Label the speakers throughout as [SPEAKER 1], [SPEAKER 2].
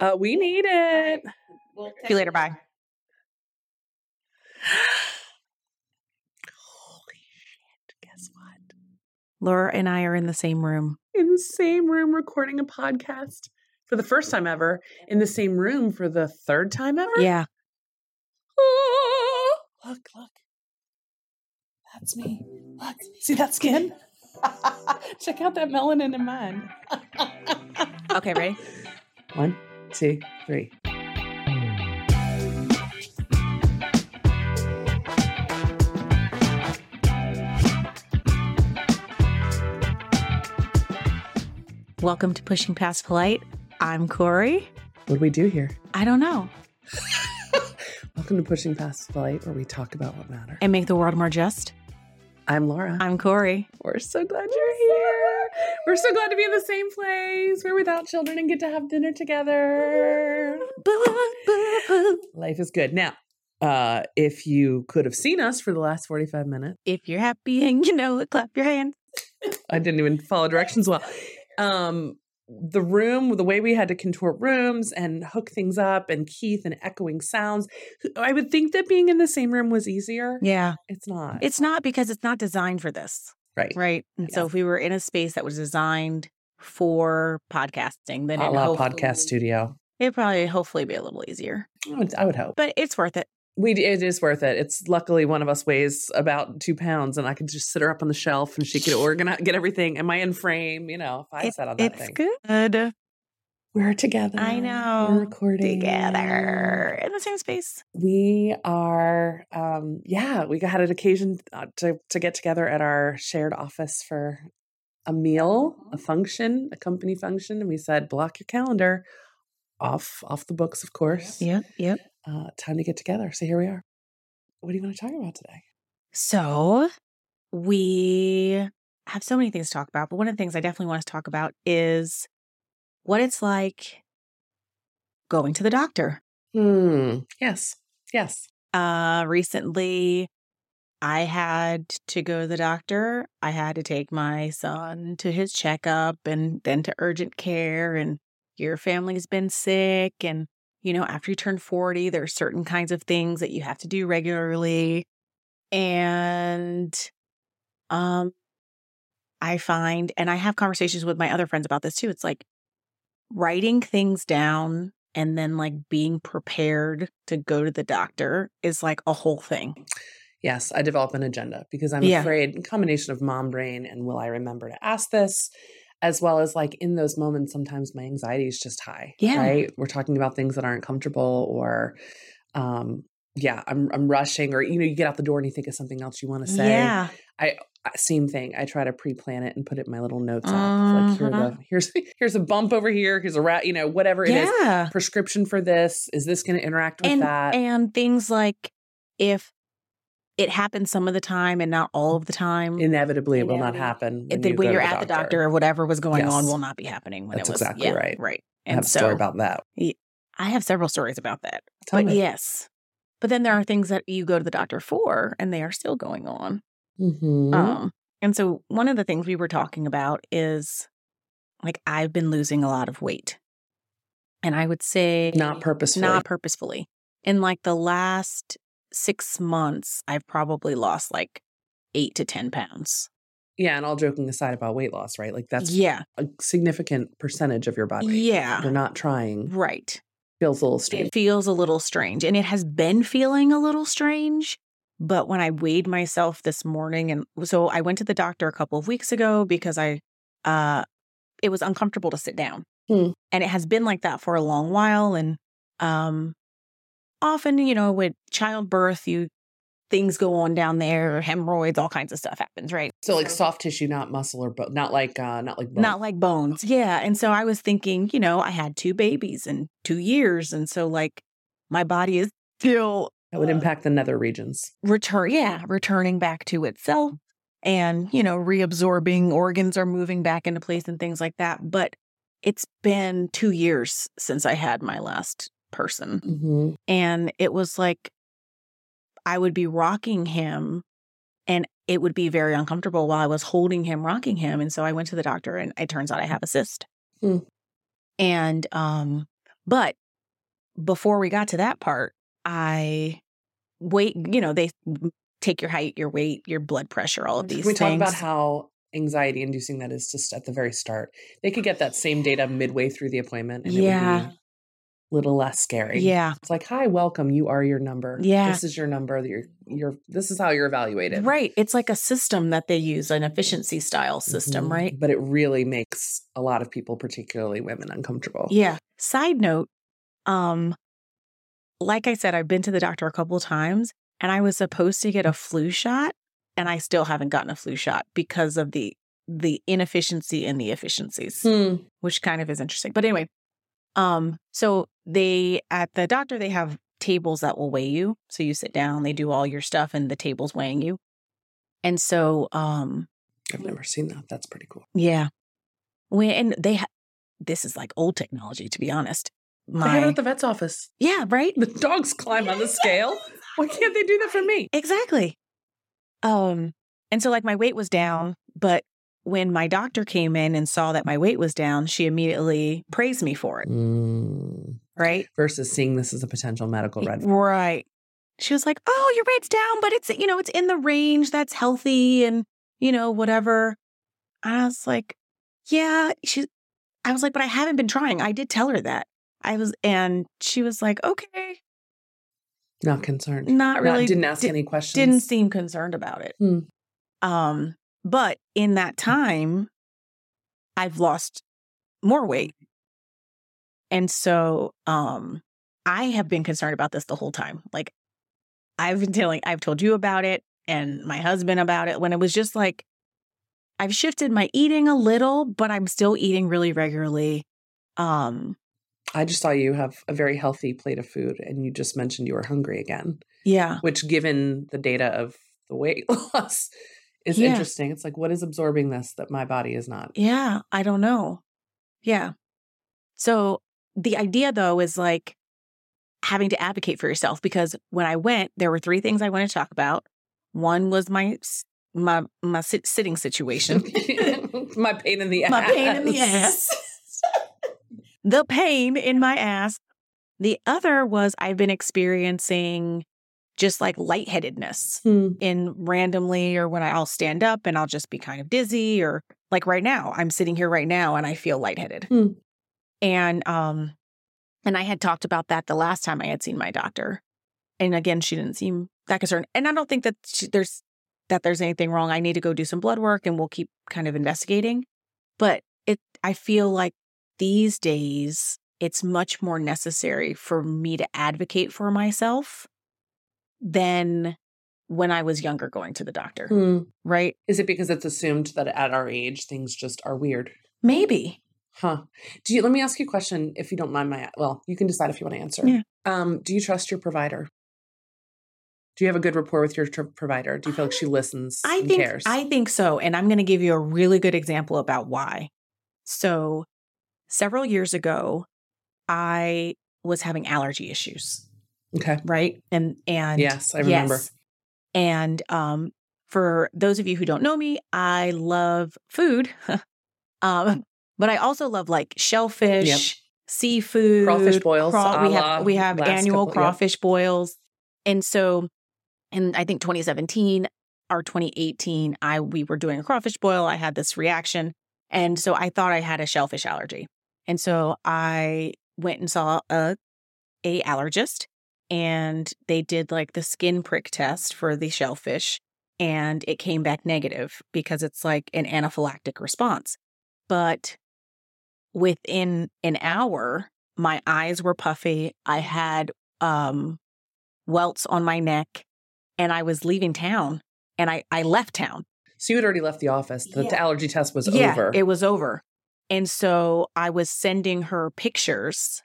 [SPEAKER 1] Uh, we need it.
[SPEAKER 2] We'll text
[SPEAKER 3] See you later. Bye.
[SPEAKER 1] Holy shit. Guess what?
[SPEAKER 3] Laura and I are in the same room.
[SPEAKER 1] In the same room recording a podcast for the first time ever, in the same room for the third time ever.
[SPEAKER 3] Yeah.
[SPEAKER 1] Ah, look, look. That's me. Look. See that skin? Check out that melanin in mine.
[SPEAKER 3] Okay, ready?
[SPEAKER 1] One, two, three.
[SPEAKER 3] Welcome to Pushing Past Polite. I'm Corey.
[SPEAKER 1] What do we do here?
[SPEAKER 3] I don't know.
[SPEAKER 1] Welcome to Pushing Past Flight, where we talk about what matters.
[SPEAKER 3] And make the world more just.
[SPEAKER 1] I'm Laura.
[SPEAKER 3] I'm Corey.
[SPEAKER 1] We're so glad you're here. We're so glad to be in the same place. We're without children and get to have dinner together.
[SPEAKER 3] Boo, boo, boo.
[SPEAKER 1] Life is good. Now, uh, if you could have seen us for the last 45 minutes,
[SPEAKER 3] If you're happy and you know it, clap your hands.
[SPEAKER 1] I didn't even follow directions well. Um, the room, the way we had to contort rooms and hook things up, and Keith and echoing sounds. I would think that being in the same room was easier.
[SPEAKER 3] Yeah.
[SPEAKER 1] It's not.
[SPEAKER 3] It's not because it's not designed for this,
[SPEAKER 1] right.
[SPEAKER 3] right? And so
[SPEAKER 1] Yeah.
[SPEAKER 3] if we were in a space that was designed for podcasting, then
[SPEAKER 1] A
[SPEAKER 3] it
[SPEAKER 1] la
[SPEAKER 3] hopefully-
[SPEAKER 1] podcast studio.
[SPEAKER 3] It'd probably hopefully be a little easier.
[SPEAKER 1] I would, I would hope.
[SPEAKER 3] But it's worth it.
[SPEAKER 1] We it is worth it. It's luckily one of us weighs about two pounds, and I could just sit her up on the shelf, and she could organize, get everything. Am I in frame? You know, if I
[SPEAKER 3] It-
[SPEAKER 1] sat on that
[SPEAKER 3] It's
[SPEAKER 1] thing,
[SPEAKER 3] good.
[SPEAKER 1] we're together.
[SPEAKER 3] I know.
[SPEAKER 1] We're recording
[SPEAKER 3] Together in the same space.
[SPEAKER 1] We are. Um, yeah, we had an occasion uh, to to get together at our shared office for a meal, a function, a company function, and we said, block your calendar off off the books, of course.
[SPEAKER 3] Yep. Yep.
[SPEAKER 1] Uh, time to get together. So here we are. What do you want to talk about today?
[SPEAKER 3] So we have so many things to talk about, but one of the things I definitely want to talk about is what it's like going to the doctor.
[SPEAKER 1] Hmm. Yes. Yes.
[SPEAKER 3] Uh recently I had to go to the doctor. I had to take my son to his checkup and then to urgent care and your family's been sick and you know after you turn 40 there are certain kinds of things that you have to do regularly and um I find and I have conversations with my other friends about this too. It's like writing things down and then like being prepared to go to the doctor is like a whole thing.
[SPEAKER 1] Yes. I develop an agenda because I'm
[SPEAKER 3] Yeah.
[SPEAKER 1] afraid combination of mom brain and will I remember to ask this, as well as like in those moments, sometimes my anxiety is just high.
[SPEAKER 3] Yeah.
[SPEAKER 1] Right. We're talking about things that aren't comfortable or, um, yeah, I'm I'm rushing, or you know, you get out the door and you think of something else you want to say.
[SPEAKER 3] Yeah.
[SPEAKER 1] Uh, Same thing. I try to pre-plan it and put it in my little notes app. Like here
[SPEAKER 3] Uh-huh.
[SPEAKER 1] are the, here's here's a bump over here, here's a rat, you know, whatever it is.
[SPEAKER 3] Yeah.
[SPEAKER 1] Prescription for this. Is this going to interact with
[SPEAKER 3] And
[SPEAKER 1] that?
[SPEAKER 3] and things like if it happens some of the time and not all of the time,
[SPEAKER 1] inevitably it will not
[SPEAKER 3] Inevitably.
[SPEAKER 1] happen
[SPEAKER 3] Mm-hmm. it- then
[SPEAKER 1] go
[SPEAKER 3] when
[SPEAKER 1] to
[SPEAKER 3] you're at the doctor or whatever was going on
[SPEAKER 1] Yes.
[SPEAKER 3] will not be happening when
[SPEAKER 1] That's
[SPEAKER 3] it was
[SPEAKER 1] exactly
[SPEAKER 3] yeah,
[SPEAKER 1] right.
[SPEAKER 3] Right.
[SPEAKER 1] I have
[SPEAKER 3] And
[SPEAKER 1] a story
[SPEAKER 3] so
[SPEAKER 1] about that.
[SPEAKER 3] I have several stories about that.
[SPEAKER 1] Tell
[SPEAKER 3] but
[SPEAKER 1] me.
[SPEAKER 3] yes. But then there are things that you go to the doctor for and they are still going on.
[SPEAKER 1] Mhm.
[SPEAKER 3] Um, and so one of the things we were talking about is like I've been losing a lot of weight. And I would say
[SPEAKER 1] not purposefully.
[SPEAKER 3] not purposefully. In like the last six months, I've probably lost like eight to 10 pounds.
[SPEAKER 1] yeah, and all joking aside about weight loss, right? Like that's
[SPEAKER 3] yeah.
[SPEAKER 1] a significant percentage of your body. weight. Mm-hmm.
[SPEAKER 3] Yeah.
[SPEAKER 1] You're not trying.
[SPEAKER 3] Right.
[SPEAKER 1] Feels a little strange.
[SPEAKER 3] It feels a little strange. And it has been feeling a little strange. But when I weighed myself this morning, and so I went to the doctor a couple of weeks ago because I, uh, it was uncomfortable to sit down.
[SPEAKER 1] Hmm.
[SPEAKER 3] And it has been like that for a long while. And um, often, you know, with childbirth, you, things go on down there, hemorrhoids, all kinds of stuff happens, right?
[SPEAKER 1] So like soft tissue, not muscle or bone, not like uh not like bone.
[SPEAKER 3] Not like bones. Yeah. And so I was thinking, you know, I had two babies in two years. And so, like, my body is still
[SPEAKER 1] that would impact the nether regions.
[SPEAKER 3] return, yeah, returning back to itself and, you know, reabsorbing organs are moving back into place and things like that. But it's been two years since I had my last person.
[SPEAKER 1] Mm-hmm.
[SPEAKER 3] And it was like I would be rocking him and it would be very uncomfortable while I was holding him, rocking him. And so I went to the doctor and it turns out I have a cyst.
[SPEAKER 1] Hmm.
[SPEAKER 3] And um But before we got to that part, I wait, you know, they mm, take your height, your weight, your blood pressure, all of these
[SPEAKER 1] we
[SPEAKER 3] things.
[SPEAKER 1] talk about how anxiety inducing that is just at the very start. They could get that same data midway through the appointment and it would
[SPEAKER 3] Yeah.
[SPEAKER 1] be a little less scary.
[SPEAKER 3] yeah.
[SPEAKER 1] It's like, hi, welcome. You are your number.
[SPEAKER 3] Yeah.
[SPEAKER 1] This is your number. You're, you're, this is how you're evaluated.
[SPEAKER 3] Right. It's like a system that they use, an efficiency style system,
[SPEAKER 1] Mhm.
[SPEAKER 3] right?
[SPEAKER 1] But it really makes a lot of people, particularly women, uncomfortable.
[SPEAKER 3] Yeah. Side note, um, like I said, I've been to the doctor a couple of times and I was supposed to get a flu shot and I still haven't gotten a flu shot because of the the inefficiency and the efficiencies,
[SPEAKER 1] Hmm.
[SPEAKER 3] which kind of is interesting. But anyway, um, so they at the doctor they have tables that will weigh you. So you sit down, they do all your stuff and the table's weighing you. And so um
[SPEAKER 1] I've never seen that. That's pretty cool.
[SPEAKER 3] Yeah. When and they ha- this is like old technology to be honest.
[SPEAKER 1] They have it
[SPEAKER 3] My
[SPEAKER 1] at the vet's office.
[SPEAKER 3] Yeah, right?
[SPEAKER 1] The dogs climb on the scale. Why can't they do that for me?
[SPEAKER 3] Exactly. Um and so like my weight was down, but when my doctor came in and saw that my weight was down, she immediately praised me for
[SPEAKER 1] Mm.
[SPEAKER 3] it, right?
[SPEAKER 1] Versus seeing this as a potential medical red flag.
[SPEAKER 3] Right. She was like, "Oh, your weight's down, but it's you know, it's in the range that's healthy and you know, whatever." And I was like, "Yeah." She, I was like, "But I haven't been trying." I did tell her that. I was, and she was like, "Okay,
[SPEAKER 1] Mm. Not concerned.
[SPEAKER 3] not really."
[SPEAKER 1] didn't ask
[SPEAKER 3] di-
[SPEAKER 1] any questions.
[SPEAKER 3] Didn't seem concerned about it.
[SPEAKER 1] Hmm.
[SPEAKER 3] Um, but in that time, I've lost more weight, and so um, I have been concerned about this the whole time. Like, I've been telling, I've told you about it, and my husband about it. When it was just like, I've shifted my eating a little, but I'm still eating really regularly. Um,
[SPEAKER 1] I just saw you have a very healthy plate of food, and you just mentioned you were hungry again,
[SPEAKER 3] yeah,
[SPEAKER 1] which, given the data of the weight loss, is
[SPEAKER 3] Yeah.
[SPEAKER 1] interesting. It's like, what is absorbing this that my body is not?
[SPEAKER 3] yeah. I don't know. Yeah. So the idea though is like having to advocate for yourself because when I went, there were three things I wanted to talk about. One was my s- my my sit- sitting situation.
[SPEAKER 1] my pain in the ass.
[SPEAKER 3] my pain in the ass. the pain in my ass. The other was I've been experiencing just like lightheadedness
[SPEAKER 1] Hmm.
[SPEAKER 3] in randomly or when I- I'll stand up and I'll just be kind of dizzy or like right now I'm sitting here right now and I feel lightheaded.
[SPEAKER 1] Hmm.
[SPEAKER 3] And um and I had talked about that the last time I had seen my doctor. And again, she didn't seem that concerned. And I don't think that she, there's that there's anything wrong. I need to go do some blood work and we'll keep kind of investigating. But it I feel like these days it's much more necessary for me to advocate for myself than when I was younger going to the doctor,
[SPEAKER 1] Hmm.
[SPEAKER 3] right?
[SPEAKER 1] Is it because it's assumed that at our age things just are weird?
[SPEAKER 3] Maybe.
[SPEAKER 1] Huh. Do you let me ask you a question if you don't mind my well, you can decide if you want to answer.
[SPEAKER 3] Yeah.
[SPEAKER 1] Um, do you trust your provider? Do you have a good rapport with your tr- provider? Do you feel like she listens
[SPEAKER 3] I
[SPEAKER 1] and
[SPEAKER 3] think
[SPEAKER 1] cares?
[SPEAKER 3] I think so, and I'm going to give you a really good example about why. So, several years ago, I was having allergy issues,
[SPEAKER 1] okay.
[SPEAKER 3] right? And and
[SPEAKER 1] Yes, I remember.
[SPEAKER 3] Yes. And um, for those of you who don't know me, I love food, um, but I also love like shellfish, seafood,
[SPEAKER 1] Crawfish boils,
[SPEAKER 3] we
[SPEAKER 1] a la
[SPEAKER 3] have we have
[SPEAKER 1] last
[SPEAKER 3] annual
[SPEAKER 1] couple- yep.
[SPEAKER 3] crawfish boils, and so, and I think 2017 or 2018, I we were doing a crawfish boil. I had this reaction, and so I thought I had a shellfish allergy, and so I went and saw a a allergist and they did like the skin prick test for the shellfish and it came back negative because it's like an anaphylactic response but within an hour my eyes were puffy i had um welts on my neck and i was leaving town and i i left town
[SPEAKER 1] So you had already left the office. The
[SPEAKER 3] Yeah.
[SPEAKER 1] allergy test was
[SPEAKER 3] yeah,
[SPEAKER 1] over.
[SPEAKER 3] It was over. And so I was sending her pictures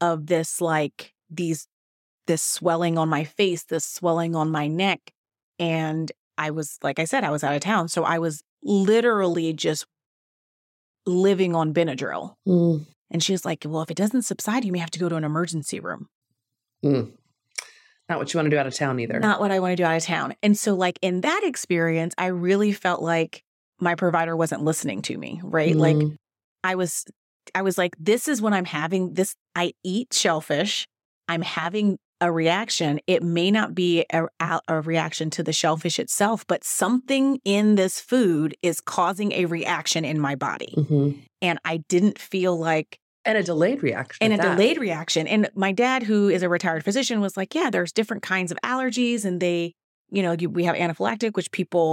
[SPEAKER 3] of this, like these, this swelling on my face, this swelling on my neck. And I was, like I said, I was out of town. So I was literally just living on Benadryl.
[SPEAKER 1] Mm,
[SPEAKER 3] And she was like, Well, if it doesn't subside, you may have to go to an emergency room.
[SPEAKER 1] mm. Not what you want to do out of town either.
[SPEAKER 3] Not what I want to do out of town. And so, like, in that experience, I really felt like my provider wasn't listening to me, right? Like,
[SPEAKER 1] Mm.
[SPEAKER 3] I was I was like, this is when I'm having this. I eat shellfish. I'm having a reaction. It may not be a, a reaction to the shellfish itself, but something in this food is causing a reaction in my body.
[SPEAKER 1] Mhm.
[SPEAKER 3] And I didn't feel like
[SPEAKER 1] And a delayed reaction.
[SPEAKER 3] and a
[SPEAKER 1] at that.
[SPEAKER 3] delayed reaction. And my dad, who is a retired physician, was like, "Yeah, there's different kinds of allergies, and they, you know, you, we have anaphylactic, which people,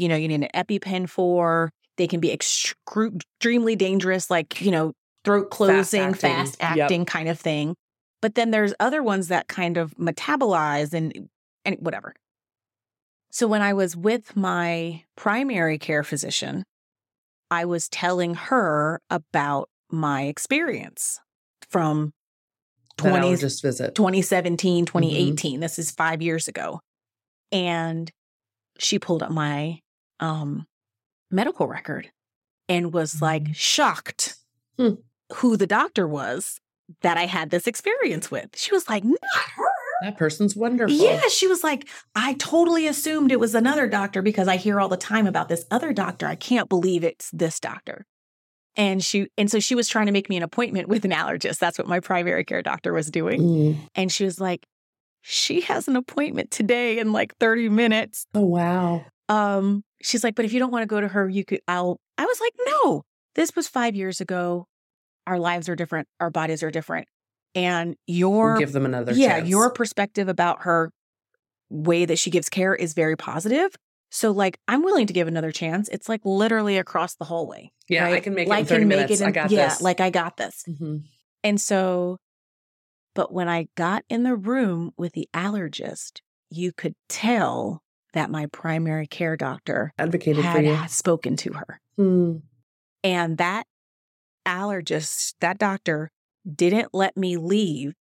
[SPEAKER 3] you know, you need an EpiPen for. They can be excru- extremely dangerous, like you know, throat closing,
[SPEAKER 1] Fast-acting.
[SPEAKER 3] fast
[SPEAKER 1] Yep.
[SPEAKER 3] acting kind of thing. But then there's other ones that kind of metabolize and and whatever. So when I was with my primary care physician, I was telling her about my experience from
[SPEAKER 1] That
[SPEAKER 3] 20,
[SPEAKER 1] allergist visit.
[SPEAKER 3] 2017,
[SPEAKER 1] Mm-hmm.
[SPEAKER 3] 2018. This is five years ago. And she pulled up my um, medical record and was like shocked
[SPEAKER 1] Mm-hmm. Hmm.
[SPEAKER 3] who the doctor was that I had this experience with. She was like, not her.
[SPEAKER 1] That person's wonderful.
[SPEAKER 3] Yeah, she was like, I totally assumed it was another doctor because I hear all the time about this other doctor. I can't believe it's this doctor. And she and so she was trying to make me an appointment with an allergist. That's what my primary care doctor was doing.
[SPEAKER 1] Mm.
[SPEAKER 3] And she was like, she has an appointment today in like 30 minutes.
[SPEAKER 1] Oh wow.
[SPEAKER 3] Um, she's like, but if you don't want to go to her, you could I'll I was like, no, this was five years ago. Our lives are different, our bodies are different. And your
[SPEAKER 1] Give them another
[SPEAKER 3] yeah,
[SPEAKER 1] chance.
[SPEAKER 3] your perspective about her way that she gives care is very positive. So like I'm willing to give another chance. It's like literally across the hallway.
[SPEAKER 1] yeah, I
[SPEAKER 3] right?
[SPEAKER 1] can make it
[SPEAKER 3] like
[SPEAKER 1] in 30
[SPEAKER 3] can make
[SPEAKER 1] minutes.
[SPEAKER 3] it in,
[SPEAKER 1] I got
[SPEAKER 3] yeah,
[SPEAKER 1] this.
[SPEAKER 3] like I got this.
[SPEAKER 1] Mhm.
[SPEAKER 3] And so but when I got in the room with the allergist, you could tell that my primary care doctor
[SPEAKER 1] advocated for
[SPEAKER 3] had,
[SPEAKER 1] you.
[SPEAKER 3] had spoken to her.
[SPEAKER 1] Mm.
[SPEAKER 3] And that allergist, that doctor didn't let me leave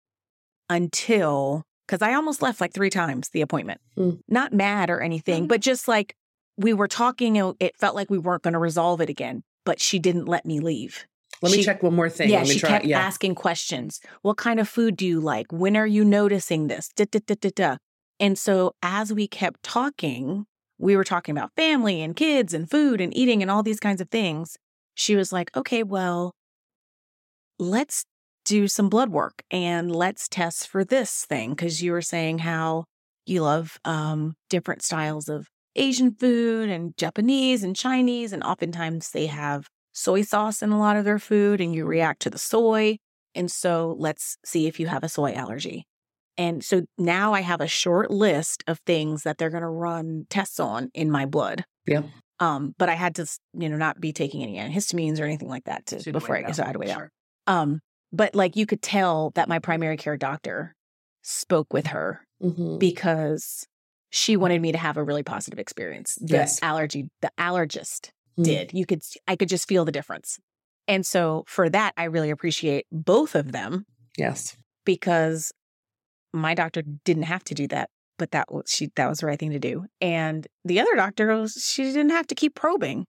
[SPEAKER 3] until because I almost left like three times the appointment.
[SPEAKER 1] Hmm.
[SPEAKER 3] Not mad or anything,
[SPEAKER 1] Mhm.
[SPEAKER 3] but just like we were talking and it felt like we weren't going to resolve it again. But she didn't let me leave.
[SPEAKER 1] Let me
[SPEAKER 3] She-
[SPEAKER 1] check one more thing.
[SPEAKER 3] Yeah,
[SPEAKER 1] Let me
[SPEAKER 3] she
[SPEAKER 1] try.
[SPEAKER 3] kept
[SPEAKER 1] yeah.
[SPEAKER 3] asking questions. What kind of food do you like? When are you noticing this? Da, da, da, da, da. And so as we kept talking, we were talking about family and kids and food and eating and all these kinds of things. She was like, okay, well, let's do some blood work and let's test for this thing. Cause you were saying how you love um, different styles of Asian food and Japanese and Chinese. And oftentimes they have soy sauce in a lot of their food and you react to the soy. And so let's see if you have a soy allergy. And so now I have a short list of things that they're going to run tests on in my blood.
[SPEAKER 1] Yeah.
[SPEAKER 3] Um, but I had to, you know, not be taking any antihistamines or anything like that to,
[SPEAKER 1] So you'd
[SPEAKER 3] before
[SPEAKER 1] wait
[SPEAKER 3] I,
[SPEAKER 1] it
[SPEAKER 3] so I
[SPEAKER 1] out.
[SPEAKER 3] had to wait out.
[SPEAKER 1] Sure.
[SPEAKER 3] Um, but like you could tell that my primary care doctor spoke with her
[SPEAKER 1] Mhm.
[SPEAKER 3] because she wanted me to have a really positive experience. The
[SPEAKER 1] Yes.
[SPEAKER 3] allergy, the allergist
[SPEAKER 1] Mm.
[SPEAKER 3] did. You could, I could just feel the difference. And so for that, I really appreciate both of them
[SPEAKER 1] Yes.
[SPEAKER 3] because my doctor didn't have to do that, but that was she that was the right thing to do. And the other doctor, was- she didn't have to keep probing,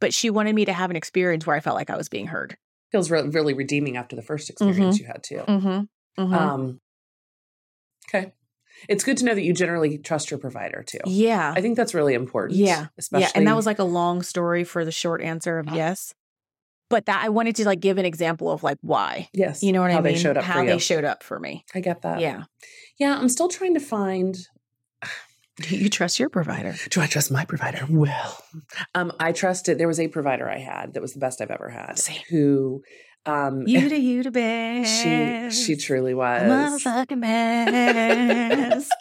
[SPEAKER 3] but she wanted me to have an experience where I felt like I was being heard.
[SPEAKER 1] Feels re- really redeeming after the first experience you had too.
[SPEAKER 3] Mm-hmm.
[SPEAKER 1] Um, okay. It's good to know that you generally trust your provider too.
[SPEAKER 3] yeah.
[SPEAKER 1] I think that's really important.
[SPEAKER 3] Yeah.
[SPEAKER 1] Especially. Uh-huh.
[SPEAKER 3] yeah, and that was like a long story for the short answer of yes. But that I wanted to like give an example of like why.
[SPEAKER 1] yes.
[SPEAKER 3] You know what
[SPEAKER 1] how
[SPEAKER 3] I mean?
[SPEAKER 1] they showed up
[SPEAKER 3] How
[SPEAKER 1] for
[SPEAKER 3] they
[SPEAKER 1] you. Uh,
[SPEAKER 3] showed up for me.
[SPEAKER 1] I get that.
[SPEAKER 3] yeah.
[SPEAKER 1] Yeah. I'm still trying to find
[SPEAKER 3] Do you trust your provider?
[SPEAKER 1] Do I trust my provider? Well, um, I trusted. There was a provider I had that was the best I've ever had.
[SPEAKER 3] Same.
[SPEAKER 1] Who, um,
[SPEAKER 3] You to you to best.
[SPEAKER 1] she she truly was.
[SPEAKER 3] Motherfucking best.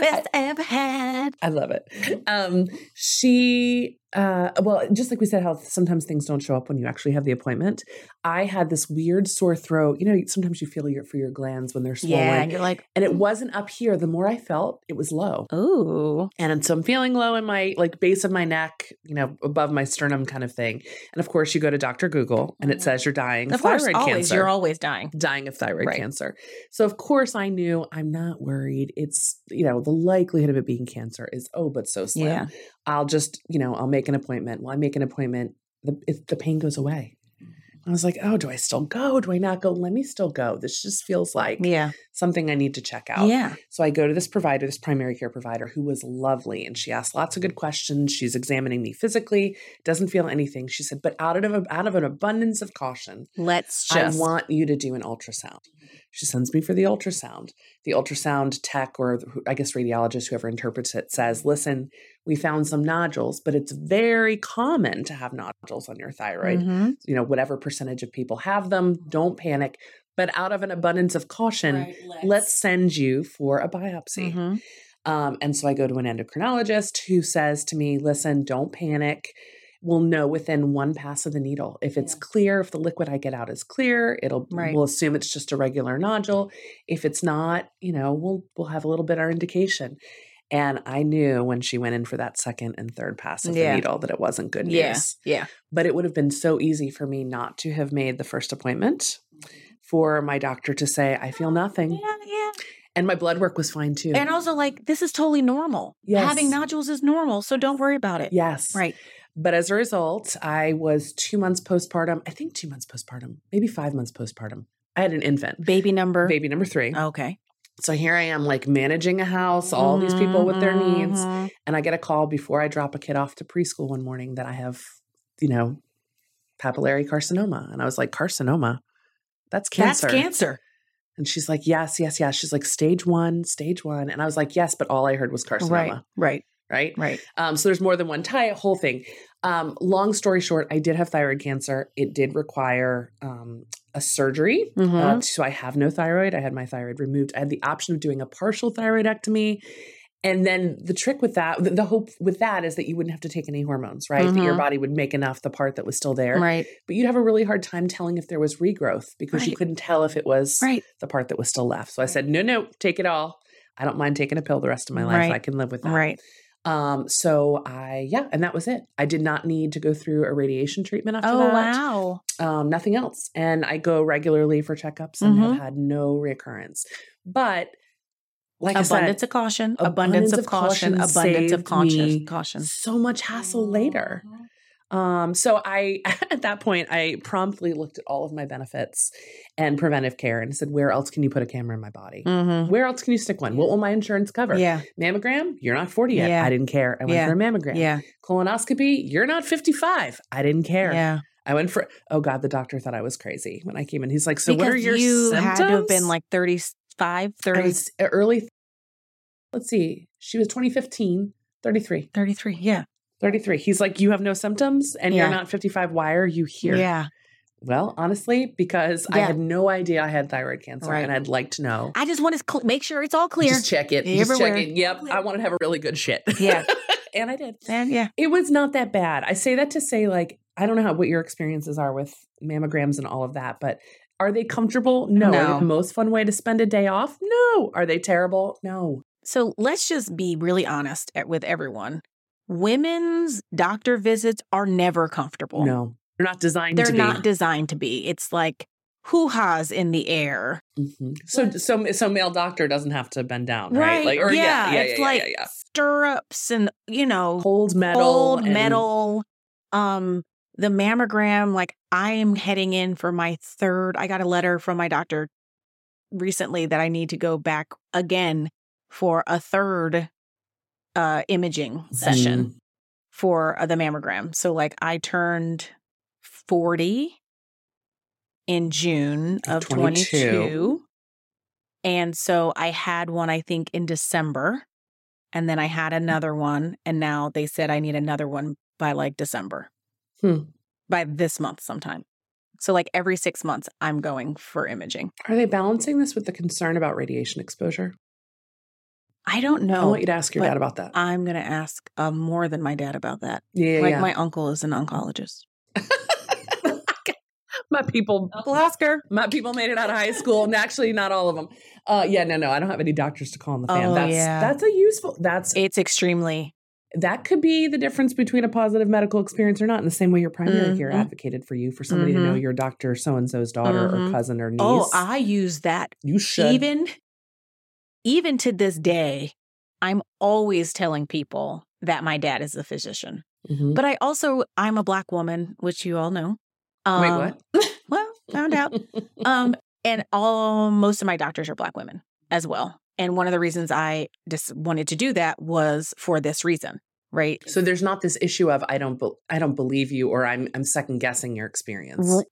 [SPEAKER 3] best I ever had.
[SPEAKER 1] I love
[SPEAKER 3] Mm-hmm.
[SPEAKER 1] it. Um, she, uh, well, just like we said, how sometimes things don't show up when you actually have the appointment. I had this weird sore throat. You know, sometimes you feel your for your glands when they're swollen,
[SPEAKER 3] Yeah, and you're like,
[SPEAKER 1] and it wasn't up here. The more I felt, it was low.
[SPEAKER 3] ooh,
[SPEAKER 1] And so I'm feeling low in my like base of my neck, you know, above my sternum kind of thing. And of course, you go to Dr. Google and it
[SPEAKER 3] Mhm.
[SPEAKER 1] says you're dying of
[SPEAKER 3] of course,
[SPEAKER 1] thyroid
[SPEAKER 3] always
[SPEAKER 1] cancer.
[SPEAKER 3] you're always dying.
[SPEAKER 1] dying of thyroid
[SPEAKER 3] Right.
[SPEAKER 1] cancer. So of course I knew I'm not worried. It's, you know, the likelihood of it being cancer is oh but so slim.
[SPEAKER 3] Yeah.
[SPEAKER 1] I'll just, you know, I'll make an appointment. Well, I make an appointment, the if the pain goes away.
[SPEAKER 3] Mm-hmm.
[SPEAKER 1] I was like, oh, do I still go? Do I not go? Let me still go. This just feels like
[SPEAKER 3] Yeah.
[SPEAKER 1] something I need to check out.
[SPEAKER 3] Yeah.
[SPEAKER 1] So I go to this provider, this primary care provider, who was lovely and she asked lots of good questions. She's examining me physically, doesn't feel anything. She said, but out of out of an abundance of caution,
[SPEAKER 3] Let's just.
[SPEAKER 1] I want you to do an ultrasound. She sends me for the ultrasound. The ultrasound tech, or who- I guess radiologist, whoever interprets it, says, Listen, we found some nodules, but it's very common to have nodules on your thyroid.
[SPEAKER 3] Mhm.
[SPEAKER 1] You know, whatever percentage of people have them, don't panic. But out of an abundance of caution, let's. send you for a biopsy.
[SPEAKER 3] Mhm.
[SPEAKER 1] Um, and so I go to an endocrinologist who says to me, listen, don't panic. We'll know within one pass of the needle. If it's
[SPEAKER 3] Yeah.
[SPEAKER 1] clear, if the liquid I get out is clear, it'll
[SPEAKER 3] Right.
[SPEAKER 1] we'll assume it's just a regular nodule. If it's not, you know, we'll we'll have a little bit of indication. And I knew when she went in for that second and third pass of
[SPEAKER 3] Yeah.
[SPEAKER 1] the needle that it wasn't good
[SPEAKER 3] Yeah.
[SPEAKER 1] news
[SPEAKER 3] Yeah.
[SPEAKER 1] but it would have been so easy for me not to have made the first appointment
[SPEAKER 3] Mm-hmm.
[SPEAKER 1] for my doctor to say i feel nothing
[SPEAKER 3] Yeah. Yeah.
[SPEAKER 1] and my blood work was fine too
[SPEAKER 3] And also, like, this is totally normal.
[SPEAKER 1] Yes.
[SPEAKER 3] Having nodules is normal. So don't worry about it.
[SPEAKER 1] yes
[SPEAKER 3] Right.
[SPEAKER 1] but as a result i was two months postpartum i think two months postpartum maybe five months postpartum i had an infant
[SPEAKER 3] Baby number.
[SPEAKER 1] baby number three
[SPEAKER 3] Okay.
[SPEAKER 1] so here i am like managing a house all these people with their needs
[SPEAKER 3] Mhm.
[SPEAKER 1] and i get a call before i drop a kid off to preschool one morning that i have you know papillary carcinoma and i was like carcinoma that's cancer
[SPEAKER 3] That's cancer.
[SPEAKER 1] And she's like, yes, yes, yes. She's like, stage one, stage one. And I was like, yes, but all I heard was carcinoma,
[SPEAKER 3] Right.
[SPEAKER 1] right?
[SPEAKER 3] Right. Right.
[SPEAKER 1] Um, so there's more than one type, whole thing. Um, long story short, I did have thyroid cancer. It did require um, a surgery.
[SPEAKER 3] Mhm.
[SPEAKER 1] Uh, so I have no thyroid. I had my thyroid removed. I had the option of doing a partial thyroidectomy. And then the trick with that, the, the hope with that is that you wouldn't have to take any hormones, right? That your
[SPEAKER 3] Mhm.
[SPEAKER 1] body would make enough the part that was still there.
[SPEAKER 3] Right.
[SPEAKER 1] But you'd have a really hard time telling if there was regrowth because you
[SPEAKER 3] Right.
[SPEAKER 1] couldn't tell if it was
[SPEAKER 3] Right.
[SPEAKER 1] the part that was still left. So I said, no, no, take it all. I don't mind taking a pill the rest of my life.
[SPEAKER 3] Right.
[SPEAKER 1] I can live with that.
[SPEAKER 3] Right.
[SPEAKER 1] Um, so I, yeah, and that was it. I did not need to go through a radiation treatment after
[SPEAKER 3] Oh,
[SPEAKER 1] that.
[SPEAKER 3] wow.
[SPEAKER 1] Um, nothing else. And I go regularly for checkups and
[SPEAKER 3] Mm-hmm.
[SPEAKER 1] have had no recurrence. But like I
[SPEAKER 3] abundance
[SPEAKER 1] said,
[SPEAKER 3] of caution.
[SPEAKER 1] abundance
[SPEAKER 3] Abundance of
[SPEAKER 1] of
[SPEAKER 3] caution.
[SPEAKER 1] caution
[SPEAKER 3] Abundance of
[SPEAKER 1] saved
[SPEAKER 3] caution.
[SPEAKER 1] me
[SPEAKER 3] Caution.
[SPEAKER 1] so much hassle later.
[SPEAKER 3] Oh.
[SPEAKER 1] Um, so I, at that point, I promptly looked at all of my benefits and preventive care and said, where else can you put a camera in my body?
[SPEAKER 3] Mhm.
[SPEAKER 1] Where else can you stick one? What will my insurance cover?
[SPEAKER 3] Yeah.
[SPEAKER 1] Mammogram? You're not 40 yet.
[SPEAKER 3] Yeah.
[SPEAKER 1] I didn't care. I went
[SPEAKER 3] Yeah.
[SPEAKER 1] for a mammogram.
[SPEAKER 3] Yeah.
[SPEAKER 1] Colonoscopy? You're not 55. I didn't care.
[SPEAKER 3] Yeah.
[SPEAKER 1] I went for, oh God, the doctor thought I was crazy when I came in. He's like, so what
[SPEAKER 3] Because
[SPEAKER 1] are your
[SPEAKER 3] you
[SPEAKER 1] symptoms?
[SPEAKER 3] had to have been like 35,
[SPEAKER 1] I
[SPEAKER 3] 30,
[SPEAKER 1] was uh, early, let's see, she was 2015, 33,
[SPEAKER 3] 33. Yeah.
[SPEAKER 1] 33. He's like, you have no symptoms and
[SPEAKER 3] Yeah.
[SPEAKER 1] you're not 55. Why are you here?
[SPEAKER 3] Yeah.
[SPEAKER 1] Well, honestly, because I
[SPEAKER 3] Yeah.
[SPEAKER 1] had no idea I had thyroid cancer
[SPEAKER 3] Right.
[SPEAKER 1] and I'd like to know.
[SPEAKER 3] I just want to cl- make sure it's all clear.
[SPEAKER 1] Just check it. Just
[SPEAKER 3] Everywhere.
[SPEAKER 1] check it. Yep. I want to have a really good shit.
[SPEAKER 3] Yeah.
[SPEAKER 1] and I did.
[SPEAKER 3] and yeah.
[SPEAKER 1] It was not that bad. I say that to say, like, I don't know how, what your experiences are with mammograms and all of that, but are they comfortable? No. Are
[SPEAKER 3] No.
[SPEAKER 1] they the most fun way to spend a day off? No. Are they terrible? No.
[SPEAKER 3] So let's just be really honest at- with everyone. Women's doctor visits are never comfortable.
[SPEAKER 1] No. They're not designed
[SPEAKER 3] They're
[SPEAKER 1] to
[SPEAKER 3] not
[SPEAKER 1] be.
[SPEAKER 3] designed to be. It's like hoo ha's in the air.
[SPEAKER 1] Mhm. So, so, so male doctor doesn't have to bend down, right? yeah,
[SPEAKER 3] yeah, It's
[SPEAKER 1] yeah,
[SPEAKER 3] like
[SPEAKER 1] yeah, yeah.
[SPEAKER 3] stirrups and, you know,
[SPEAKER 1] cold metal,
[SPEAKER 3] old
[SPEAKER 1] and-
[SPEAKER 3] metal. Um, the mammogram, like I am heading in for my third. I got a letter from my doctor recently that I need to go back again for a third uh, imaging session
[SPEAKER 1] Mm.
[SPEAKER 3] for uh, the mammogram. So, like, I turned 40 in June
[SPEAKER 1] Of
[SPEAKER 3] of 22.
[SPEAKER 1] 22.
[SPEAKER 3] And so I had one, I think, in December. And then I had
[SPEAKER 1] Mm.
[SPEAKER 3] another one. And now they said I need another one by like December,
[SPEAKER 1] Hmm.
[SPEAKER 3] by this month sometime. So, like, every six months, I'm going for imaging.
[SPEAKER 1] Are they balancing this with the concern about radiation exposure?
[SPEAKER 3] I don't
[SPEAKER 1] I
[SPEAKER 3] know.
[SPEAKER 1] want you to ask your
[SPEAKER 3] but-
[SPEAKER 1] dad about that.
[SPEAKER 3] I'm going to ask uh, more than my dad about that.
[SPEAKER 1] yeah,
[SPEAKER 3] like,
[SPEAKER 1] yeah.
[SPEAKER 3] my uncle is an oncologist.
[SPEAKER 1] my people,
[SPEAKER 3] Blasker.
[SPEAKER 1] my people made it out of high school, and actually, not all of them. Uh, yeah, no, no, I don't have any doctors to call in the fam.
[SPEAKER 3] Oh,
[SPEAKER 1] that's
[SPEAKER 3] yeah.
[SPEAKER 1] that's a useful. That's
[SPEAKER 3] It's extremely
[SPEAKER 1] that could be the difference between a positive medical experience or not. In the same way, your primary care
[SPEAKER 3] Mhm.
[SPEAKER 1] advocated for you for somebody to know you're doctor so and so's daughter
[SPEAKER 3] Mhm.
[SPEAKER 1] or cousin or niece.
[SPEAKER 3] Mm-hmm. Oh, I use that
[SPEAKER 1] you should.
[SPEAKER 3] even even to this day. I'm always telling people that my dad is a physician.
[SPEAKER 1] Mhm.
[SPEAKER 3] But I also I'm a black woman, which you all know.
[SPEAKER 1] Wait, what?
[SPEAKER 3] well, um, found out. um, and all most of my doctors are black women as well. And one of the reasons I just wanted to do that was for this reason, right?
[SPEAKER 1] so there's not this issue of I don't bel I don't believe you or I'm I'm second guessing your experience.
[SPEAKER 3] Wh-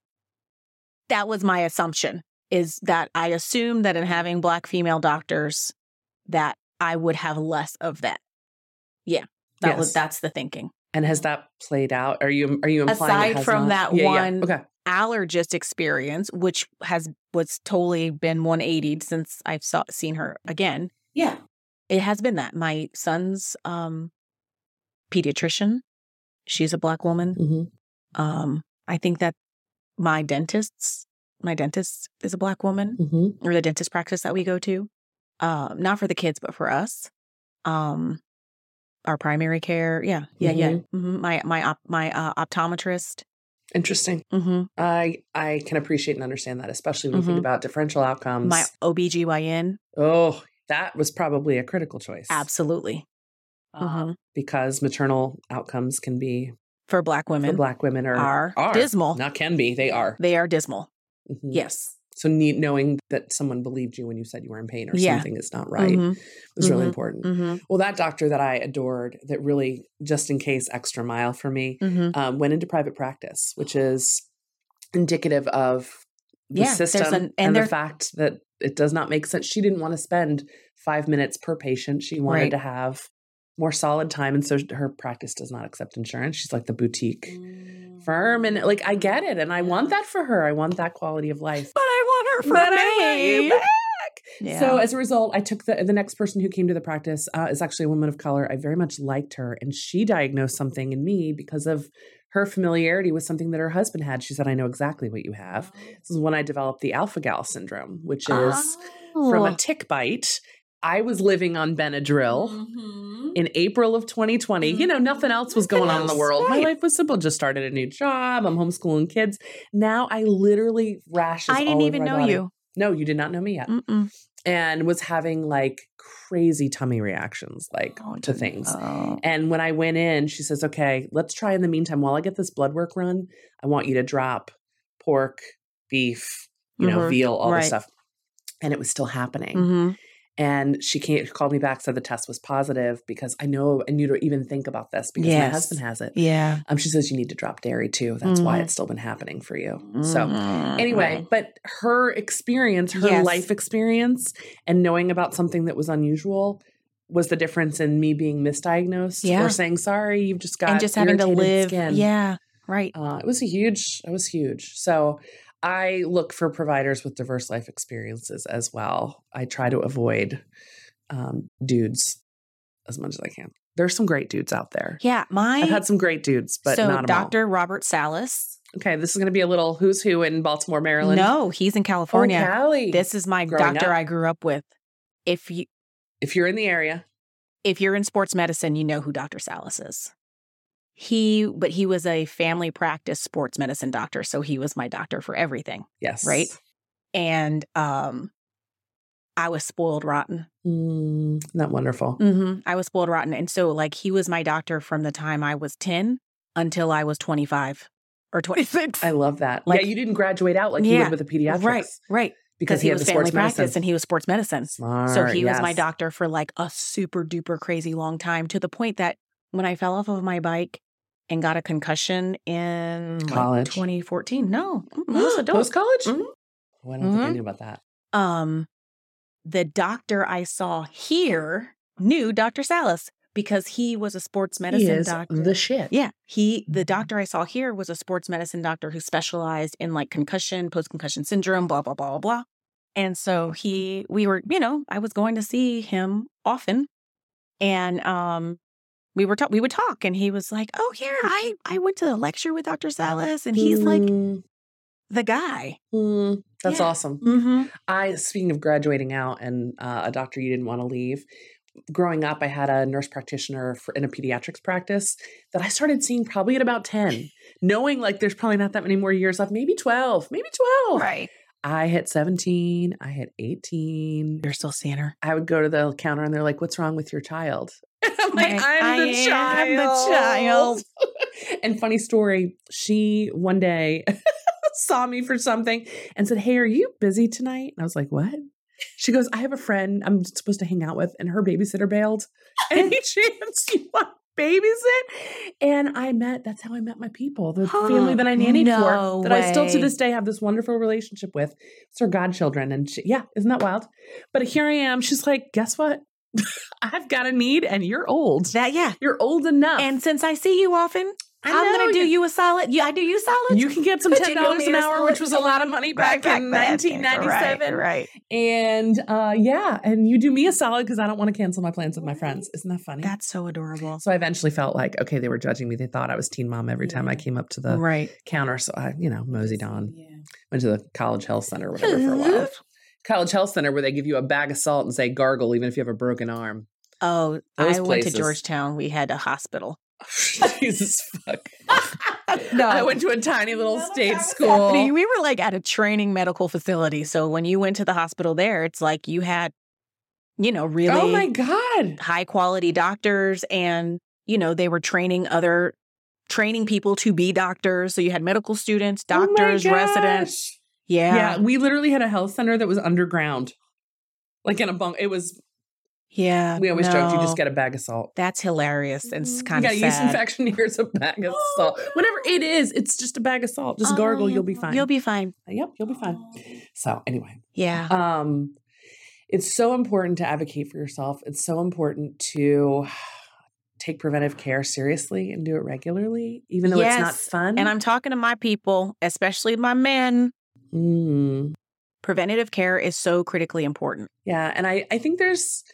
[SPEAKER 3] That was my assumption is that I assumed that in having black female doctors that I would have less of that. Yeah. That was
[SPEAKER 1] Yes.
[SPEAKER 3] that's the thinking.
[SPEAKER 1] And has that played out? Are you are you implying it
[SPEAKER 3] Aside
[SPEAKER 1] has
[SPEAKER 3] from
[SPEAKER 1] not?
[SPEAKER 3] that one-
[SPEAKER 1] Okay.
[SPEAKER 3] Allergist experience, which has was totally been 180 since I've saw, seen her again.
[SPEAKER 1] Yeah.
[SPEAKER 3] It has been that. My son's um pediatrician, she's a black woman.
[SPEAKER 1] hmm
[SPEAKER 3] Um, I think that my dentist's my dentist is a black woman,
[SPEAKER 1] hmm
[SPEAKER 3] or the dentist practice that we go to, uh, not for the kids, but for us. Um, our primary care, yeah, yeah, yeah.
[SPEAKER 1] Mm-hmm.
[SPEAKER 3] hmm My my op, my uh, optometrist.
[SPEAKER 1] Interesting.
[SPEAKER 3] hmm
[SPEAKER 1] I I can appreciate and understand that, especially when you
[SPEAKER 3] Mhm.
[SPEAKER 1] think about differential outcomes.
[SPEAKER 3] My OBGYN,
[SPEAKER 1] oh, that was probably a critical choice.
[SPEAKER 3] absolutely.
[SPEAKER 1] Um,
[SPEAKER 3] Mhm.
[SPEAKER 1] because maternal outcomes can be
[SPEAKER 3] For black women,
[SPEAKER 1] for black women are,
[SPEAKER 3] are, dismal.
[SPEAKER 1] Not can be. They are.
[SPEAKER 3] They are dismal.
[SPEAKER 1] Mhm.
[SPEAKER 3] Yes.
[SPEAKER 1] So need, knowing that someone believed you when you said you were in pain or
[SPEAKER 3] Yeah.
[SPEAKER 1] something is not right
[SPEAKER 3] Mhm.
[SPEAKER 1] was really
[SPEAKER 3] Mhm.
[SPEAKER 1] important.
[SPEAKER 3] Mhm.
[SPEAKER 1] Well, that doctor that I adored, that really just in case extra mile for me,
[SPEAKER 3] Mhm.
[SPEAKER 1] um, went into private practice, which is indicative of the
[SPEAKER 3] Yeah, there's
[SPEAKER 1] system
[SPEAKER 3] an- and
[SPEAKER 1] and, the
[SPEAKER 3] there-
[SPEAKER 1] fact that it does not make sense. She didn't want to spend five minutes per patient. She wanted
[SPEAKER 3] Right.
[SPEAKER 1] to have more solid time, and so her practice does not accept insurance. She's like the boutique firm, and like I get it, and I want that for her. I want that quality of life.
[SPEAKER 3] But I want her Mm. for
[SPEAKER 1] But
[SPEAKER 3] me.
[SPEAKER 1] I want you back.
[SPEAKER 3] Yeah.
[SPEAKER 1] So as a result, I took the the next person who came to the practice uh, is actually a woman of color. I very much liked her, and she diagnosed something in me because of her familiarity with something that her husband had. She said, "I know exactly what you have." This is when I developed the alpha gal syndrome, which is from a
[SPEAKER 3] Oh.
[SPEAKER 1] tick bite. I was living on Benadryl
[SPEAKER 3] Mhm.
[SPEAKER 1] in April of 2020. You know, nothing else was going on in the
[SPEAKER 3] Nothing
[SPEAKER 1] world.
[SPEAKER 3] else,
[SPEAKER 1] My
[SPEAKER 3] right.
[SPEAKER 1] life was simple. Just started a new job. I'm homeschooling kids. Now I literally rashes.
[SPEAKER 3] I
[SPEAKER 1] all
[SPEAKER 3] didn't
[SPEAKER 1] over my
[SPEAKER 3] even know
[SPEAKER 1] body.
[SPEAKER 3] you.
[SPEAKER 1] No, you did not know me yet
[SPEAKER 3] Mm-mm.
[SPEAKER 1] and was having like crazy tummy reactions like
[SPEAKER 3] Oh,
[SPEAKER 1] to
[SPEAKER 3] no.
[SPEAKER 1] things and when i went in she says okay let's try in the meantime while i get this blood work run i want you to drop pork beef you know
[SPEAKER 3] Mhm.
[SPEAKER 1] veal all
[SPEAKER 3] Right.
[SPEAKER 1] this stuff and it was still happening
[SPEAKER 3] Mhm.
[SPEAKER 1] and she came, called me back said the test was positive because i know i need to even think about this because my
[SPEAKER 3] Yes.
[SPEAKER 1] husband has it
[SPEAKER 3] Yeah.
[SPEAKER 1] um, she says you need to drop dairy too that's why
[SPEAKER 3] Mhm.
[SPEAKER 1] it's still been happening for you so
[SPEAKER 3] Mm.
[SPEAKER 1] anyway but her experience her
[SPEAKER 3] Yes.
[SPEAKER 1] life experience and knowing about something that was unusual was the difference in me being misdiagnosed
[SPEAKER 3] Yeah.
[SPEAKER 1] or saying sorry you've just got
[SPEAKER 3] and just having to
[SPEAKER 1] irritated
[SPEAKER 3] live.
[SPEAKER 1] skin.
[SPEAKER 3] Yeah. Right.
[SPEAKER 1] uh, it was a huge it was huge so i look for providers with diverse life experiences as well i try to avoid um, dudes as much as i can there's some great dudes out there
[SPEAKER 3] Yeah. My
[SPEAKER 1] i've had some great dudes but
[SPEAKER 3] so
[SPEAKER 1] not 'em all.
[SPEAKER 3] Dr. Robert Salas.
[SPEAKER 1] okay this is going to be a little who's who in baltimore maryland
[SPEAKER 3] No, he's in
[SPEAKER 1] Oh,
[SPEAKER 3] California.
[SPEAKER 1] Cali.
[SPEAKER 3] this is my
[SPEAKER 1] Growing
[SPEAKER 3] doctor
[SPEAKER 1] up.
[SPEAKER 3] I grew up with. If you
[SPEAKER 1] if you're in the area,
[SPEAKER 3] if you're in sports medicine, you know who Dr. Salas is. He but he was a family practice sports medicine doctor, so he was my doctor for everything.
[SPEAKER 1] yes,
[SPEAKER 3] Right. and um I was spoiled rotten.
[SPEAKER 1] Mm, isn't that wonderful?
[SPEAKER 3] Mm-hmm. I was spoiled rotten, and so like he was my doctor from the time I was ten until I was twenty five or twenty six.
[SPEAKER 1] I love that.
[SPEAKER 3] Like-
[SPEAKER 1] yeah, you didn't graduate out like you
[SPEAKER 3] Yeah,
[SPEAKER 1] would with a pediatrics,
[SPEAKER 3] Right, right.
[SPEAKER 1] Because he,
[SPEAKER 3] he
[SPEAKER 1] had
[SPEAKER 3] was
[SPEAKER 1] the
[SPEAKER 3] family
[SPEAKER 1] sports
[SPEAKER 3] practice
[SPEAKER 1] medicine.
[SPEAKER 3] and he was sports medicine.
[SPEAKER 1] Smart,
[SPEAKER 3] so he was my
[SPEAKER 1] yes.
[SPEAKER 3] doctor for like a super duper crazy long time to the point that when I fell off of my bike and got a concussion in
[SPEAKER 1] College.
[SPEAKER 3] twenty fourteen. No, mm, I was adult.
[SPEAKER 1] Post college?
[SPEAKER 3] Mhm.
[SPEAKER 1] Oh, I don't think I
[SPEAKER 3] Mhm.
[SPEAKER 1] knew about that.
[SPEAKER 3] um the doctor I saw here knew Dr. Salas because he was a sports medicine doctor.
[SPEAKER 1] shit.
[SPEAKER 3] yeah, he the doctor I saw here was a sports medicine doctor who specialized in like concussion, post-concussion syndrome, blah blah blah blah blah. And so he we were, you know, I was going to see him often and um we were ta- we would talk and he was like, "Oh, yeah, I I went to a lecture with Dr. Salas and he's like
[SPEAKER 1] Mm,
[SPEAKER 3] the guy."
[SPEAKER 1] mm, that's
[SPEAKER 3] Yeah.
[SPEAKER 1] awesome.
[SPEAKER 3] Mhm.
[SPEAKER 1] I speaking of graduating out and uh, a doctor you didn't want to leave. Growing up, I had a nurse practitioner for, in a pediatrics practice that I started seeing probably at about ten, knowing like there's probably not that many more years left, maybe twelve, maybe twelve.
[SPEAKER 3] Right.
[SPEAKER 1] I hit 17, I hit 18.
[SPEAKER 3] You're still seeing her.
[SPEAKER 1] I would go to the counter and they're like, What's wrong with your child? I'm like,
[SPEAKER 3] Right.
[SPEAKER 1] I'm
[SPEAKER 3] I
[SPEAKER 1] the
[SPEAKER 3] am the
[SPEAKER 1] child. and funny story, she one day saw me for something and said, Hey, are you busy tonight? And I was like, What? She goes, I have a friend I'm supposed to hang out with, and her babysitter bailed. Any chance you want to babysit? And I met, that's how I met my people, the
[SPEAKER 3] Huh,
[SPEAKER 1] family that I nannied
[SPEAKER 3] no
[SPEAKER 1] for, that I still to
[SPEAKER 3] way.
[SPEAKER 1] this day have this wonderful relationship with. It's her godchildren. And she, yeah, isn't that wild? But here I am. She's like, Guess what? I've got a need, and you're old.
[SPEAKER 3] That yeah.
[SPEAKER 1] You're old enough.
[SPEAKER 3] And since I see you often,
[SPEAKER 1] I
[SPEAKER 3] I'm
[SPEAKER 1] know
[SPEAKER 3] gonna do
[SPEAKER 1] you-
[SPEAKER 3] you a solid. Yeah, I do you solid.
[SPEAKER 1] you can get some
[SPEAKER 3] Could
[SPEAKER 1] ten
[SPEAKER 3] you do
[SPEAKER 1] dollars
[SPEAKER 3] me
[SPEAKER 1] an
[SPEAKER 3] a
[SPEAKER 1] hour,
[SPEAKER 3] solid?
[SPEAKER 1] which was a lot of money back, in nineteen ninety seven.
[SPEAKER 3] Right,
[SPEAKER 1] And uh, yeah, and you do me a solid because I don't want to cancel my plans with my friends. Isn't that funny?
[SPEAKER 3] That's so adorable.
[SPEAKER 1] so I eventually felt like okay, they were judging me. They thought I was teen mom every time I
[SPEAKER 3] Yeah.
[SPEAKER 1] came up to the
[SPEAKER 3] right.
[SPEAKER 1] counter. So I, you know, moseyed on.
[SPEAKER 3] Yeah.
[SPEAKER 1] Went to the college health center, or whatever, for a
[SPEAKER 3] Mm-hmm.
[SPEAKER 1] while. College health center where they give you a bag of salt and say gargle even if you have a broken arm.
[SPEAKER 3] Oh,
[SPEAKER 1] Those
[SPEAKER 3] I
[SPEAKER 1] places.
[SPEAKER 3] went to Georgetown. We had a hospital.
[SPEAKER 1] Jesus fuck!
[SPEAKER 3] No.
[SPEAKER 1] I went to a tiny little
[SPEAKER 3] None of
[SPEAKER 1] state
[SPEAKER 3] that was
[SPEAKER 1] school.
[SPEAKER 3] happening. We were like at a training medical facility. So when you went to the hospital there, it's like you had, you know, really
[SPEAKER 1] Oh my god!
[SPEAKER 3] high quality doctors and, you know, they were training other training people to be doctors. So you had medical students,
[SPEAKER 1] Oh my
[SPEAKER 3] doctors, residents.
[SPEAKER 1] gosh.
[SPEAKER 3] Yeah.
[SPEAKER 1] Yeah,
[SPEAKER 3] Yeah.
[SPEAKER 1] we literally had a health center that was underground, like in a bunk. It was. We always joked you
[SPEAKER 3] Uh, no.
[SPEAKER 1] just get a bag of salt.
[SPEAKER 3] That's hilarious and
[SPEAKER 1] You
[SPEAKER 3] kind of
[SPEAKER 1] got a yeast
[SPEAKER 3] sad.
[SPEAKER 1] infection. Here's a bag of
[SPEAKER 3] Mm-hmm. Oh,
[SPEAKER 1] salt.
[SPEAKER 3] no.
[SPEAKER 1] Whatever it is, it's just a bag of salt. Just
[SPEAKER 3] Oh,
[SPEAKER 1] gargle, you'll be fine.
[SPEAKER 3] You'll be fine.
[SPEAKER 1] Yep, you'll be fine. So anyway,
[SPEAKER 3] Yeah.
[SPEAKER 1] um, it's so important to advocate for yourself. It's so important to take preventive care seriously and do it regularly, even though it's not
[SPEAKER 3] Yes,
[SPEAKER 1] fun.
[SPEAKER 3] And I'm talking to my people, especially my men.
[SPEAKER 1] Mm.
[SPEAKER 3] Preventative care is so critically important.
[SPEAKER 1] Yeah, and I I think there's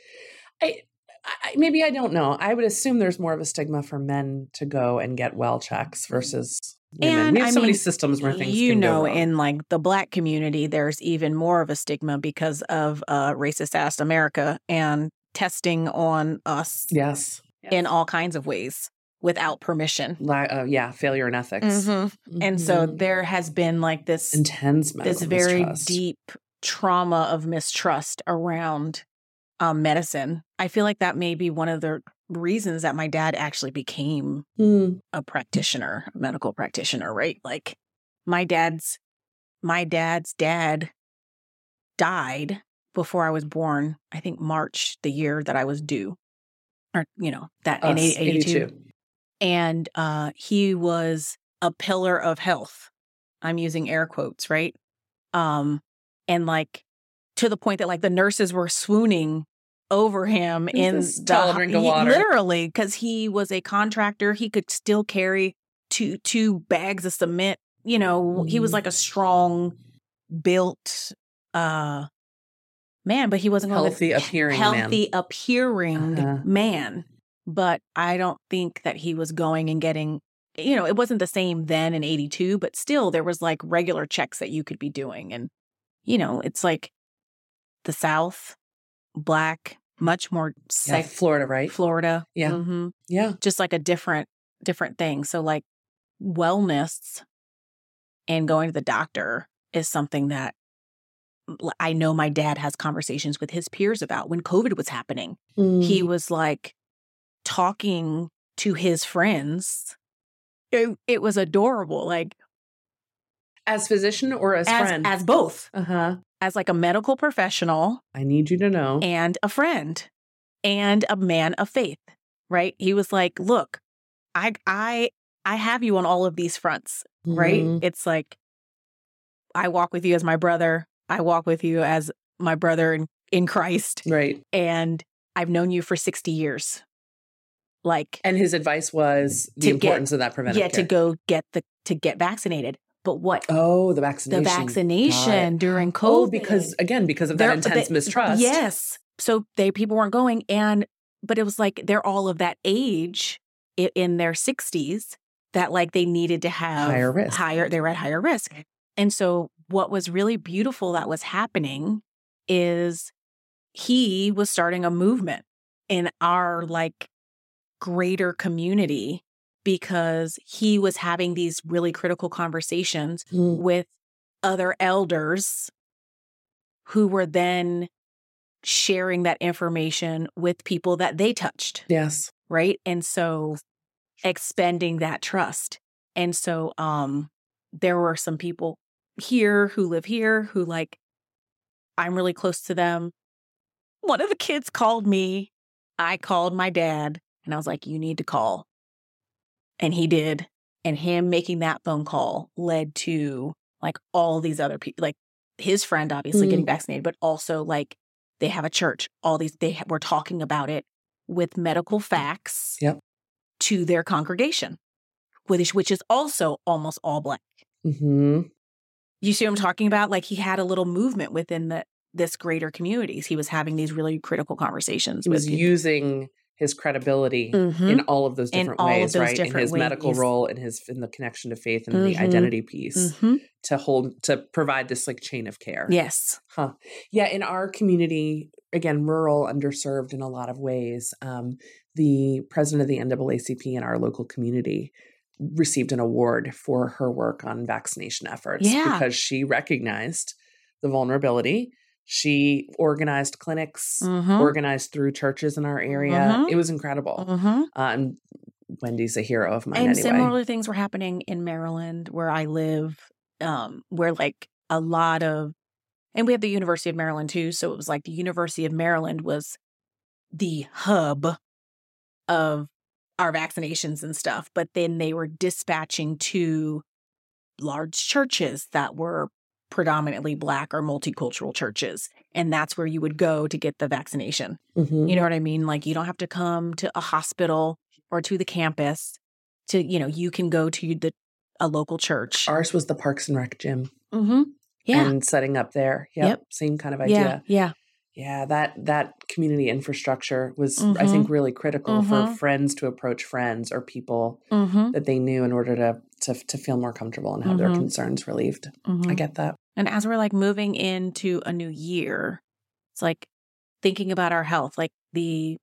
[SPEAKER 1] I, I maybe I don't know. I would assume there's more of a stigma for men to go and get well checks versus women.
[SPEAKER 3] And
[SPEAKER 1] we have
[SPEAKER 3] I
[SPEAKER 1] so many
[SPEAKER 3] mean,
[SPEAKER 1] systems where things
[SPEAKER 3] you
[SPEAKER 1] can go
[SPEAKER 3] know
[SPEAKER 1] wrong.
[SPEAKER 3] in like the black community there's even more of a stigma because of uh, racist ass america and testing on us
[SPEAKER 1] yes,
[SPEAKER 3] in all kinds of ways without permission
[SPEAKER 1] La- uh, yeah, failure in ethics,
[SPEAKER 3] Mm-hmm, and so
[SPEAKER 1] Mhm.
[SPEAKER 3] there has been like this
[SPEAKER 1] intense medical
[SPEAKER 3] this very
[SPEAKER 1] mistrust.
[SPEAKER 3] deep trauma of mistrust around um, medicine i feel like that may be one of the reasons that my dad actually became
[SPEAKER 1] Mm.
[SPEAKER 3] a practitioner, a medical practitioner, right? Like my dad's my dad's dad died before I was born. I think March the year that I was due. Or you know, that in
[SPEAKER 1] Us,
[SPEAKER 3] 80- 82.
[SPEAKER 1] 82.
[SPEAKER 3] And uh he was a pillar of health. I'm using air quotes, right? Um and like to the point that like the nurses were swooning over him
[SPEAKER 1] Who's
[SPEAKER 3] in
[SPEAKER 1] this
[SPEAKER 3] the
[SPEAKER 1] tall
[SPEAKER 3] ho-
[SPEAKER 1] drink of
[SPEAKER 3] he-
[SPEAKER 1] water?
[SPEAKER 3] literally because he was a contractor he could still carry two two bags of cement you know he was
[SPEAKER 1] Mhm.
[SPEAKER 3] like a strong built uh man but he wasn't going
[SPEAKER 1] Healthy appearing man.
[SPEAKER 3] healthy appearing
[SPEAKER 1] Uh-huh.
[SPEAKER 3] man but i don't think that he was going and getting you know it wasn't the same then in 82 but still there was like regular checks that you could be doing and you know it's like the south black much more
[SPEAKER 1] Yeah,
[SPEAKER 3] sec-
[SPEAKER 1] Florida, right?
[SPEAKER 3] florida
[SPEAKER 1] Yeah.
[SPEAKER 3] hmm
[SPEAKER 1] yeah,
[SPEAKER 3] just like a different different thing so like wellness and going to the doctor is something that l- i know my dad has conversations with his peers about when covid was happening
[SPEAKER 1] Mm.
[SPEAKER 3] he was like talking to his friends it, it was adorable like
[SPEAKER 1] as physician or as,
[SPEAKER 3] as,
[SPEAKER 1] friend.
[SPEAKER 3] as both
[SPEAKER 1] uh huh.
[SPEAKER 3] as like a medical professional
[SPEAKER 1] I need you to know.
[SPEAKER 3] and a friend and a man of faith right he was like look i i i have you on all of these fronts right
[SPEAKER 1] Mhm.
[SPEAKER 3] it's like i walk with you as my brother i walk with you as my brother in, in christ
[SPEAKER 1] Right.
[SPEAKER 3] and i've known you for 60 years like
[SPEAKER 1] And his advice was the
[SPEAKER 3] To get-
[SPEAKER 1] importance of that preventive
[SPEAKER 3] yeah to
[SPEAKER 1] care.
[SPEAKER 3] go get the to get vaccinated but what
[SPEAKER 1] Oh, the
[SPEAKER 3] the
[SPEAKER 1] vaccination.
[SPEAKER 3] vaccination during covid
[SPEAKER 1] Oh, because again, because of that
[SPEAKER 3] They're-
[SPEAKER 1] intense
[SPEAKER 3] they-
[SPEAKER 1] mistrust.
[SPEAKER 3] Yes. So they people weren't going, and but it was like they're all of that age i- in their sixties that like they needed to have
[SPEAKER 1] Higher risk.
[SPEAKER 3] Higher, they were at higher risk, and so what was really beautiful that was happening is he was starting a movement in our like greater community because he was having these really critical conversations
[SPEAKER 1] Mm.
[SPEAKER 3] with other elders who were then sharing that information with people that they touched,
[SPEAKER 1] Yes.
[SPEAKER 3] right? And so expending that trust. And so um there were some people here who live here who like I'm really close to them. One of the kids called me. I called my dad and I was like, you need to call. And he did. And him making that phone call led to like all these other people, like his friend obviously
[SPEAKER 1] Mm.
[SPEAKER 3] getting vaccinated, but also like they have a church. All these, they ha- were talking about it with medical facts
[SPEAKER 1] Yep.
[SPEAKER 3] to their congregation, which, which is also almost all black.
[SPEAKER 1] Mm-hmm.
[SPEAKER 3] You see what I'm talking about? Like he had a little movement within the this greater communities. He was having these really critical conversations
[SPEAKER 1] He was
[SPEAKER 3] with people.
[SPEAKER 1] using his credibility
[SPEAKER 3] Mhm.
[SPEAKER 1] in all of those
[SPEAKER 3] In
[SPEAKER 1] different
[SPEAKER 3] all of
[SPEAKER 1] ways,
[SPEAKER 3] those
[SPEAKER 1] right? in
[SPEAKER 3] different
[SPEAKER 1] his medical
[SPEAKER 3] ways.
[SPEAKER 1] role, in his in the connection to faith and the
[SPEAKER 3] Mhm.
[SPEAKER 1] identity piece
[SPEAKER 3] Mhm.
[SPEAKER 1] to hold to provide this like chain of care.
[SPEAKER 3] Yes.
[SPEAKER 1] yeah in our community again rural underserved in a lot of ways um, the president of the naacp in our local community received an award for her work on vaccination efforts
[SPEAKER 3] Yeah.
[SPEAKER 1] because she recognized the vulnerability she organized clinics
[SPEAKER 3] Mhm.
[SPEAKER 1] organized through churches in our area
[SPEAKER 3] Mhm.
[SPEAKER 1] it was incredible
[SPEAKER 3] Mhm.
[SPEAKER 1] um, wendy's a hero of mine
[SPEAKER 3] And
[SPEAKER 1] anyway
[SPEAKER 3] similar things were happening in Maryland where I live, um, where like a lot of and we have the University of Maryland too, so it was like the University of Maryland was the hub of our vaccinations and stuff, but then they were dispatching to large churches that were predominantly black or multicultural churches. And that's where you would go to get the vaccination.
[SPEAKER 1] Mhm.
[SPEAKER 3] You know what I mean? Like you don't have to come to a hospital or to the campus to, you know, you can go to the a local church.
[SPEAKER 1] ours was the parks and rec gym
[SPEAKER 3] Mm-hmm. Yeah.
[SPEAKER 1] and setting up there yep,
[SPEAKER 3] Yep.
[SPEAKER 1] same kind of
[SPEAKER 3] yeah.
[SPEAKER 1] idea
[SPEAKER 3] Yeah.
[SPEAKER 1] Yeah, that that community infrastructure was
[SPEAKER 3] Mm-hmm.
[SPEAKER 1] I think really critical for
[SPEAKER 3] Mhm.
[SPEAKER 1] friends to approach friends or people
[SPEAKER 3] Mm-hmm.
[SPEAKER 1] that they knew in order to to, to feel more comfortable and have their
[SPEAKER 3] Mhm.
[SPEAKER 1] concerns relieved. I get that.
[SPEAKER 3] Mm-hmm. And as we're like moving into a new year, it's like thinking about our health, like the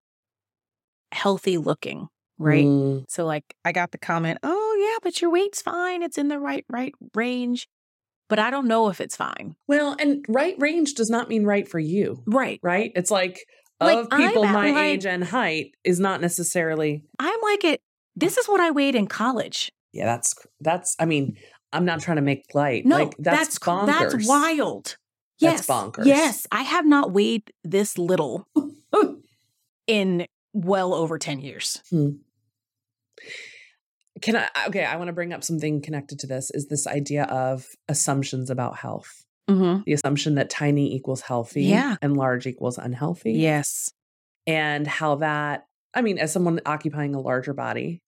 [SPEAKER 3] healthy looking, right?
[SPEAKER 1] Mm,
[SPEAKER 3] So like I got the comment, "Oh yeah, but your weight's fine. It's in the right right range." But I don't know if it's fine.
[SPEAKER 1] well, and right range does not mean right for you,
[SPEAKER 3] Right.
[SPEAKER 1] right? It's like,
[SPEAKER 3] Like,
[SPEAKER 1] of people
[SPEAKER 3] I'm at
[SPEAKER 1] my
[SPEAKER 3] like-
[SPEAKER 1] age and height is not necessarily.
[SPEAKER 3] I'm like it this is what I weighed in college.
[SPEAKER 1] Yeah, that's that's. I mean, I'm not trying to make light.
[SPEAKER 3] No,
[SPEAKER 1] like, that's
[SPEAKER 3] that's cr- that's
[SPEAKER 1] bonkers.
[SPEAKER 3] wild.
[SPEAKER 1] That's
[SPEAKER 3] Yes.
[SPEAKER 1] bonkers.
[SPEAKER 3] Yes, I have not weighed this little in well over 10 years.
[SPEAKER 1] can I okay, I want to bring up something connected to this is this idea of assumptions about health.
[SPEAKER 3] Mhm.
[SPEAKER 1] The assumption that tiny equals healthy
[SPEAKER 3] Yeah.
[SPEAKER 1] and large equals unhealthy.
[SPEAKER 3] Yes.
[SPEAKER 1] And how that I mean, as someone occupying a larger body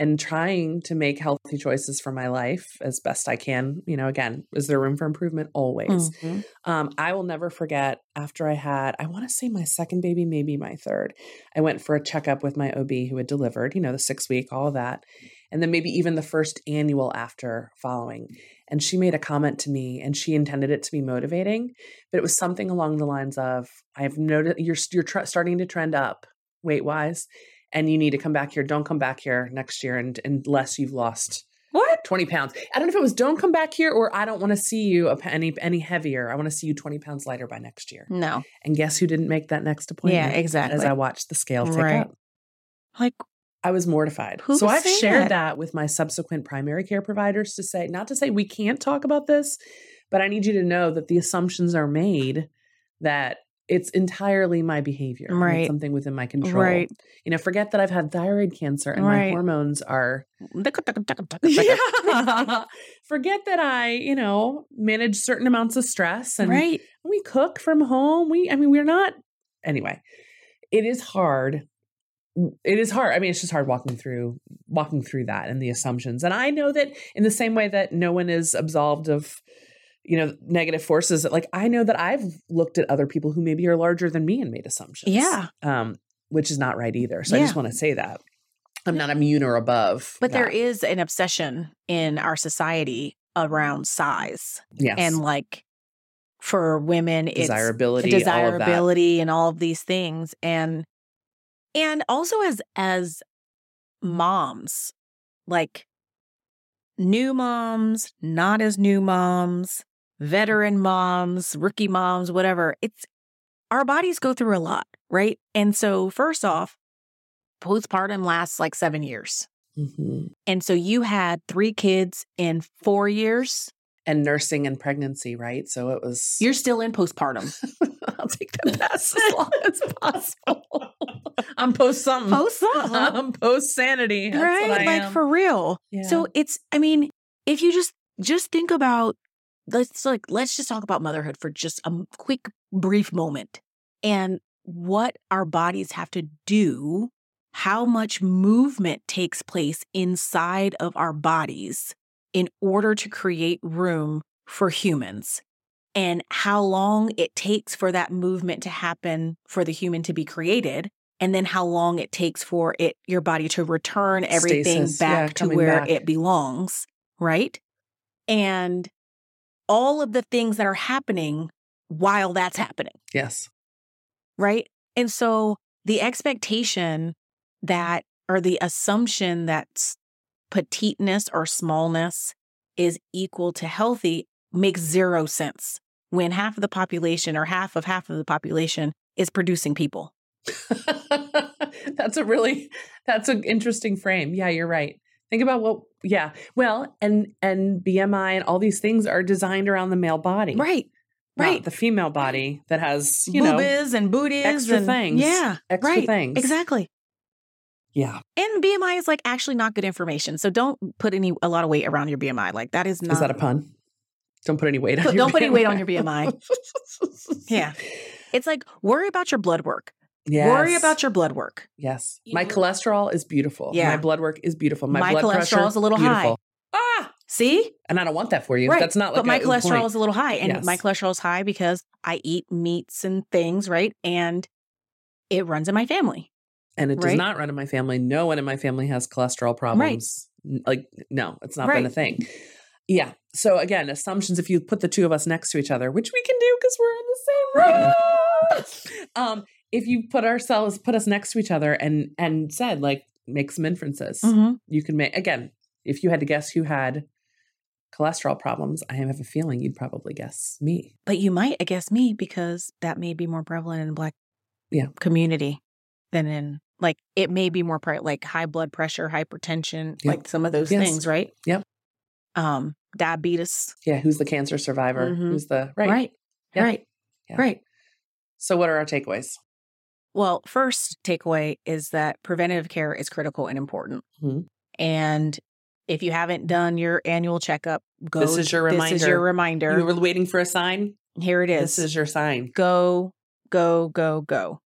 [SPEAKER 1] and trying to make healthy choices for my life as best I can, you know, again, is there room for improvement? Always.
[SPEAKER 3] Mhm.
[SPEAKER 1] Um, I will never forget after I had, I want to say my second baby, maybe my third. I went for a checkup with my OB who had delivered, you know, the six week, all of that. And then maybe even the first annual after following. And she made a comment to me and she intended it to be motivating, but it was something along the lines of I've noticed you're, you're tr- starting to trend up weight wise and you need to come back here. Don't come back here next year and unless you've lost
[SPEAKER 3] What?
[SPEAKER 1] 20 pounds. I don't know if it was don't come back here or I don't want to see you a p- any any heavier. I want to see you 20 pounds lighter by next year.
[SPEAKER 3] No.
[SPEAKER 1] And guess who didn't make that next
[SPEAKER 3] Yeah,
[SPEAKER 1] appointment?
[SPEAKER 3] exactly.
[SPEAKER 1] As I watched the scale tick
[SPEAKER 3] Right.
[SPEAKER 1] up.
[SPEAKER 3] like
[SPEAKER 1] I was mortified.
[SPEAKER 3] Who
[SPEAKER 1] so
[SPEAKER 3] would
[SPEAKER 1] I've
[SPEAKER 3] say
[SPEAKER 1] shared
[SPEAKER 3] that?
[SPEAKER 1] that? with my subsequent primary care providers to say, not to say we can't talk about this, but I need you to know that the assumptions are made that it's entirely my behavior. and it's
[SPEAKER 3] Right.
[SPEAKER 1] something within my control.
[SPEAKER 3] right.
[SPEAKER 1] You know, forget that I've had thyroid cancer and my
[SPEAKER 3] Right.
[SPEAKER 1] hormones are
[SPEAKER 3] yeah.
[SPEAKER 1] forget that I, you know, manage certain amounts of stress and
[SPEAKER 3] right.
[SPEAKER 1] we cook from home. We, I mean, we're not, anyway, it is hard. It is hard. I mean, it's just hard walking through, walking through that and the assumptions. And I know that in the same way that no one is absolved of, you know, negative forces, like I know that I've looked at other people who maybe are larger than me and made assumptions.
[SPEAKER 3] Yeah.
[SPEAKER 1] Um, which is not right either. So I just
[SPEAKER 3] Yeah.
[SPEAKER 1] want to say that I'm not immune or above.
[SPEAKER 3] But there
[SPEAKER 1] that.
[SPEAKER 3] is an obsession in our society around size
[SPEAKER 1] yes.
[SPEAKER 3] and like for women it's
[SPEAKER 1] desirability, all of that.
[SPEAKER 3] desirability and all of these things and and also as as moms like new moms, not as new moms, veteran moms, rookie moms, whatever. It's our bodies go through a lot, right? And so first off, postpartum lasts like 7 years.
[SPEAKER 1] Mhm.
[SPEAKER 3] And so you had three kids in four years
[SPEAKER 1] and nursing and pregnancy, right? So it was.
[SPEAKER 3] You're still in postpartum.
[SPEAKER 1] I'll take the best as long as possible. I'm post uh-huh. something.
[SPEAKER 3] Post
[SPEAKER 1] I'm post sanity.
[SPEAKER 3] right? Like for real. So it's I mean, if you just just think about let's like let's just talk about motherhood for just a m- quick brief moment and what our bodies have to do, how much movement takes place inside of our bodies in order to create room for humans and how long it takes for that movement to happen for the human to be created and then how long it takes for it your body to return everything
[SPEAKER 1] Stasis, yeah,
[SPEAKER 3] back to
[SPEAKER 1] coming
[SPEAKER 3] where
[SPEAKER 1] back.
[SPEAKER 3] it belongs right and all of the things that are happening while that's happening
[SPEAKER 1] yes,
[SPEAKER 3] right? And so the expectation that, or the assumption that s- petiteness or smallness is equal to healthy makes zero sense when half of the population or half of half of the population is producing people.
[SPEAKER 1] that's a really that's an interesting frame. Yeah, you're right. Think about what. Yeah, well, and and BMI and all these things are designed around the male body,
[SPEAKER 3] Right.
[SPEAKER 1] not
[SPEAKER 3] Right.
[SPEAKER 1] the female body that has you know
[SPEAKER 3] Boobies and booties
[SPEAKER 1] extra
[SPEAKER 3] and
[SPEAKER 1] things.
[SPEAKER 3] Yeah.
[SPEAKER 1] extra
[SPEAKER 3] right.
[SPEAKER 1] things.
[SPEAKER 3] Exactly.
[SPEAKER 1] Yeah.
[SPEAKER 3] And BMI is like actually not good information. So don't put any a lot of weight around your BMI. Like that is not
[SPEAKER 1] Is that a pun? Don't put any weight on.
[SPEAKER 3] Don't-
[SPEAKER 1] your
[SPEAKER 3] don't put any weight on
[SPEAKER 1] BMI.
[SPEAKER 3] your BMI. Yeah. It's like worry about your blood work.
[SPEAKER 1] Yes.
[SPEAKER 3] Worry about your blood work.
[SPEAKER 1] Yes.
[SPEAKER 3] You
[SPEAKER 1] My
[SPEAKER 3] know-
[SPEAKER 1] cholesterol is beautiful.
[SPEAKER 3] Yeah.
[SPEAKER 1] My blood work is beautiful. My,
[SPEAKER 3] My
[SPEAKER 1] blood
[SPEAKER 3] cholesterol
[SPEAKER 1] pressure
[SPEAKER 3] is a little high.
[SPEAKER 1] beautiful. Ah,
[SPEAKER 3] See?
[SPEAKER 1] and I don't want that for you. That's not like
[SPEAKER 3] But my
[SPEAKER 1] a, ooh,
[SPEAKER 3] cholesterol
[SPEAKER 1] point.
[SPEAKER 3] is a little high. And my
[SPEAKER 1] Yes.
[SPEAKER 3] cholesterol is high because I eat meats and things, right? And it runs in my family.
[SPEAKER 1] and it does
[SPEAKER 3] right?
[SPEAKER 1] not run in my family. No one in my family has cholesterol problems. N- Like no, it's not been a
[SPEAKER 3] Right.
[SPEAKER 1] thing. Yeah. So again, assumptions. If you put the two of us next to each other, which we can do because we're in the same room, um, if you put ourselves put us next to each other and and said like make some inferences, you can make again. If you had to guess who had cholesterol problems, I have a feeling you'd probably guess me.
[SPEAKER 3] But you might, I guess, me, because that may be more prevalent in the black
[SPEAKER 1] Yeah.
[SPEAKER 3] community than in like it may be more pre- like high blood pressure, hypertension,
[SPEAKER 1] Yeah.
[SPEAKER 3] like some of those
[SPEAKER 1] Yes.
[SPEAKER 3] things, right?
[SPEAKER 1] Yep.
[SPEAKER 3] Um, diabetes.
[SPEAKER 1] Yeah, who's the cancer survivor?
[SPEAKER 3] Mhm.
[SPEAKER 1] Who's the right?
[SPEAKER 3] Right.
[SPEAKER 1] Yeah.
[SPEAKER 3] Right.
[SPEAKER 1] Yeah.
[SPEAKER 3] Right.
[SPEAKER 1] So, what are our takeaways?
[SPEAKER 3] Well, first takeaway is that preventative care is critical and important.
[SPEAKER 1] Mhm.
[SPEAKER 3] And if you haven't done your annual checkup, go.
[SPEAKER 1] This is your
[SPEAKER 3] This is your
[SPEAKER 1] reminder.
[SPEAKER 3] reminder.
[SPEAKER 1] You were waiting for a sign.
[SPEAKER 3] Here it is.
[SPEAKER 1] This is your sign.
[SPEAKER 3] go, go, go, go.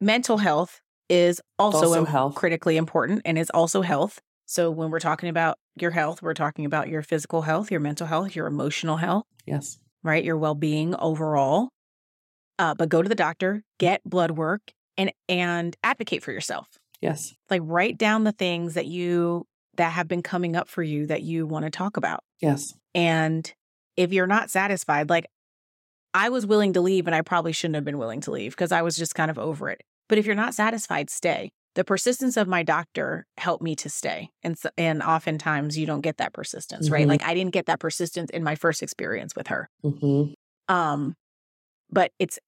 [SPEAKER 3] Mental health is also,
[SPEAKER 1] Also
[SPEAKER 3] im-
[SPEAKER 1] health.
[SPEAKER 3] critically important and is also health. So when we're talking about your health, we're talking about your physical health, your mental health, your emotional health
[SPEAKER 1] Yes.
[SPEAKER 3] right? Your well being overall. Uh, but go to the doctor, get blood work, and and advocate for yourself.
[SPEAKER 1] Yes.
[SPEAKER 3] Like write down the things that you that have been coming up for you that you want to talk about.
[SPEAKER 1] Yes.
[SPEAKER 3] And if you're not satisfied, like I was willing to leave and I probably shouldn't have been willing to leave because I was just kind of over it. But if you're not satisfied, stay. The persistence of my doctor helped me to stay. And so, and oftentimes you don't get that persistence, right?
[SPEAKER 1] Mhm.
[SPEAKER 3] Like I didn't get that persistence in my first experience with her.
[SPEAKER 1] Mm-hmm.
[SPEAKER 3] Um, but it's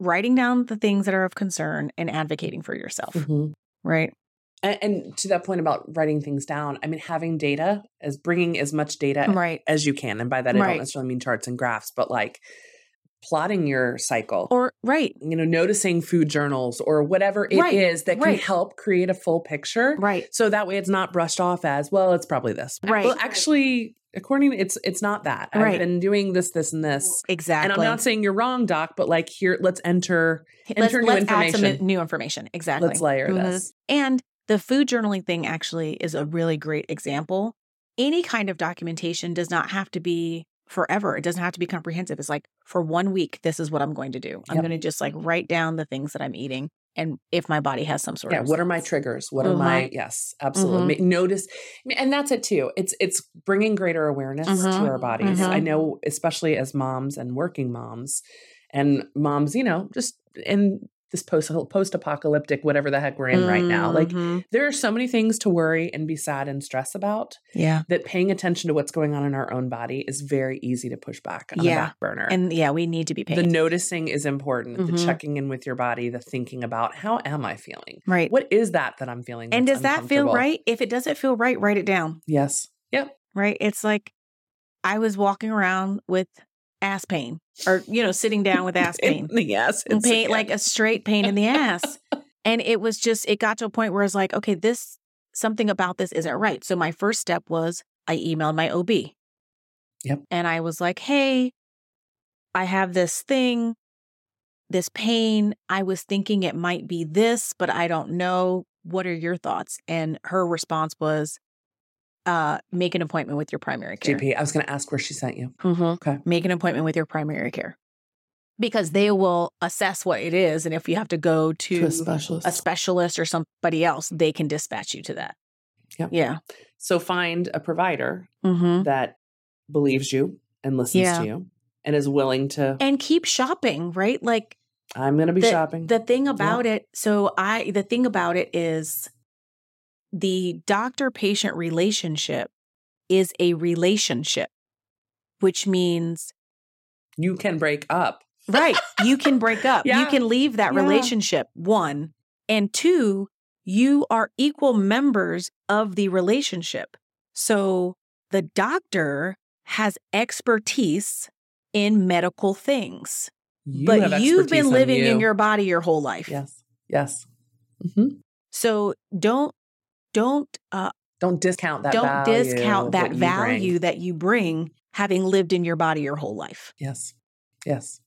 [SPEAKER 3] writing down the things that are of concern and advocating for yourself,
[SPEAKER 1] Mm-hmm.
[SPEAKER 3] right?
[SPEAKER 1] And, and to that point about writing things down, I mean, having data is bringing as much data
[SPEAKER 3] Right.
[SPEAKER 1] as you can. And by that, I
[SPEAKER 3] Right.
[SPEAKER 1] don't necessarily mean charts and graphs, but like plotting your cycle
[SPEAKER 3] Or right,
[SPEAKER 1] you know, noticing food journals or whatever it is
[SPEAKER 3] Right,
[SPEAKER 1] that can
[SPEAKER 3] right.
[SPEAKER 1] help create a full picture.
[SPEAKER 3] right,
[SPEAKER 1] So that way it's not brushed off as, well, it's probably this.
[SPEAKER 3] Right.
[SPEAKER 1] Well, actually, according it's it's not that.
[SPEAKER 3] Right.
[SPEAKER 1] I've been doing this, this, and this.
[SPEAKER 3] exactly.
[SPEAKER 1] And I'm not saying you're wrong, Doc, but like here, let's enter,
[SPEAKER 3] let's
[SPEAKER 1] enter new
[SPEAKER 3] let's add some
[SPEAKER 1] information.
[SPEAKER 3] new information. Exactly.
[SPEAKER 1] let's layer
[SPEAKER 3] Mhm.
[SPEAKER 1] this.
[SPEAKER 3] And the food journaling thing actually is a really great example. Any kind of documentation does not have to be forever. It doesn't have to be comprehensive. It's like for one week, this is what I'm going to do. I'm
[SPEAKER 1] Yep.
[SPEAKER 3] going to just like write down the things that I'm eating and if my body has some sort
[SPEAKER 1] Yeah.
[SPEAKER 3] of
[SPEAKER 1] What are my triggers? What are
[SPEAKER 3] Mhm.
[SPEAKER 1] my yes? Absolutely.
[SPEAKER 3] Mm-hmm.
[SPEAKER 1] Ma- Notice, I mean, and that's it too. It's it's bringing greater awareness
[SPEAKER 3] Mhm.
[SPEAKER 1] to our bodies.
[SPEAKER 3] Mhm.
[SPEAKER 1] I know, especially as moms and working moms, and moms, you know, just in this post post apocalyptic whatever the heck we're in right now. Like
[SPEAKER 3] Mhm.
[SPEAKER 1] there are so many things to worry and be sad and stress about
[SPEAKER 3] yeah.
[SPEAKER 1] that paying attention to what's going on in our own body is very easy to push back on
[SPEAKER 3] Yeah.
[SPEAKER 1] the back burner.
[SPEAKER 3] And yeah, we need to be paid.
[SPEAKER 1] the noticing is important. The
[SPEAKER 3] Mhm.
[SPEAKER 1] checking in with your body, the thinking about how am I feeling?
[SPEAKER 3] right.
[SPEAKER 1] What is that that I'm feeling?
[SPEAKER 3] and
[SPEAKER 1] that's
[SPEAKER 3] does that feel
[SPEAKER 1] uncomfortable?
[SPEAKER 3] right? If it doesn't feel right, write it down.
[SPEAKER 1] Yes. Yep.
[SPEAKER 3] Right. It's like I was walking around with ass pain or, you know, sitting down with ass pain.
[SPEAKER 1] In the ass.
[SPEAKER 3] and
[SPEAKER 1] it's-
[SPEAKER 3] pain, like a straight pain in the ass. and it was just, it got to a point where it's like, okay, this, something about this isn't right. So my first step was I emailed my OB.
[SPEAKER 1] Yep.
[SPEAKER 3] And I was like, hey, I have this thing, this pain. I was thinking it might be this, but I don't know. What are your thoughts? And her response was, uh, make an appointment with your primary care.
[SPEAKER 1] GP. I was going to ask where she sent you.
[SPEAKER 3] Mm-hmm.
[SPEAKER 1] Okay.
[SPEAKER 3] Make an appointment with your primary care because they will assess what it is. And if you have to go to, a,
[SPEAKER 1] specialist.
[SPEAKER 3] specialist or somebody else, they can dispatch you to that.
[SPEAKER 1] Yep.
[SPEAKER 3] Yeah.
[SPEAKER 1] so find a provider
[SPEAKER 3] Mm-hmm.
[SPEAKER 1] that believes you and listens
[SPEAKER 3] Yeah.
[SPEAKER 1] to you and is willing to.
[SPEAKER 3] And keep shopping, right? Like
[SPEAKER 1] I'm going to be
[SPEAKER 3] the,
[SPEAKER 1] shopping.
[SPEAKER 3] The thing about it, so I, the thing about it is the doctor patient relationship is a relationship, which means
[SPEAKER 1] you can break up.
[SPEAKER 3] Right. You can break up. You
[SPEAKER 1] Yeah.
[SPEAKER 3] can leave that
[SPEAKER 1] Yeah.
[SPEAKER 3] relationship, one. And two, you are equal members of the relationship. So the doctor has expertise in medical things,
[SPEAKER 1] You have
[SPEAKER 3] but you've
[SPEAKER 1] expertise
[SPEAKER 3] been
[SPEAKER 1] on
[SPEAKER 3] living in
[SPEAKER 1] you.
[SPEAKER 3] your body your whole life.
[SPEAKER 1] Yes. Yes. hmm
[SPEAKER 3] So don't, don't, uh,
[SPEAKER 1] Don't discount that.
[SPEAKER 3] don't
[SPEAKER 1] value
[SPEAKER 3] discount that
[SPEAKER 1] you bring.
[SPEAKER 3] value that you bring having lived in your body your whole life.
[SPEAKER 1] Yes. Yes.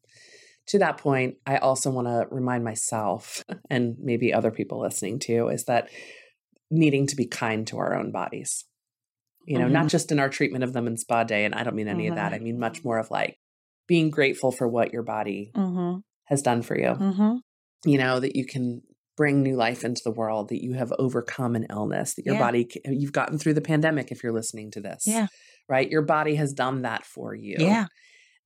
[SPEAKER 1] To that point, I also want to remind myself and maybe other people listening too is that needing to be kind to our own bodies. You know,
[SPEAKER 3] Mm-hmm.
[SPEAKER 1] not just in our treatment of them in spa day. And I don't mean any of that. I mean much more of like being grateful for what your body
[SPEAKER 3] Mm-hmm.
[SPEAKER 1] has done for you.
[SPEAKER 3] Mm-hmm.
[SPEAKER 1] You know, that you can bring new life into the world, that you have overcome an illness, that your
[SPEAKER 3] Yeah.
[SPEAKER 1] body, c- you've gotten through the pandemic if you're listening to this.
[SPEAKER 3] Yeah.
[SPEAKER 1] Right. Your body has done that for you.
[SPEAKER 3] Yeah.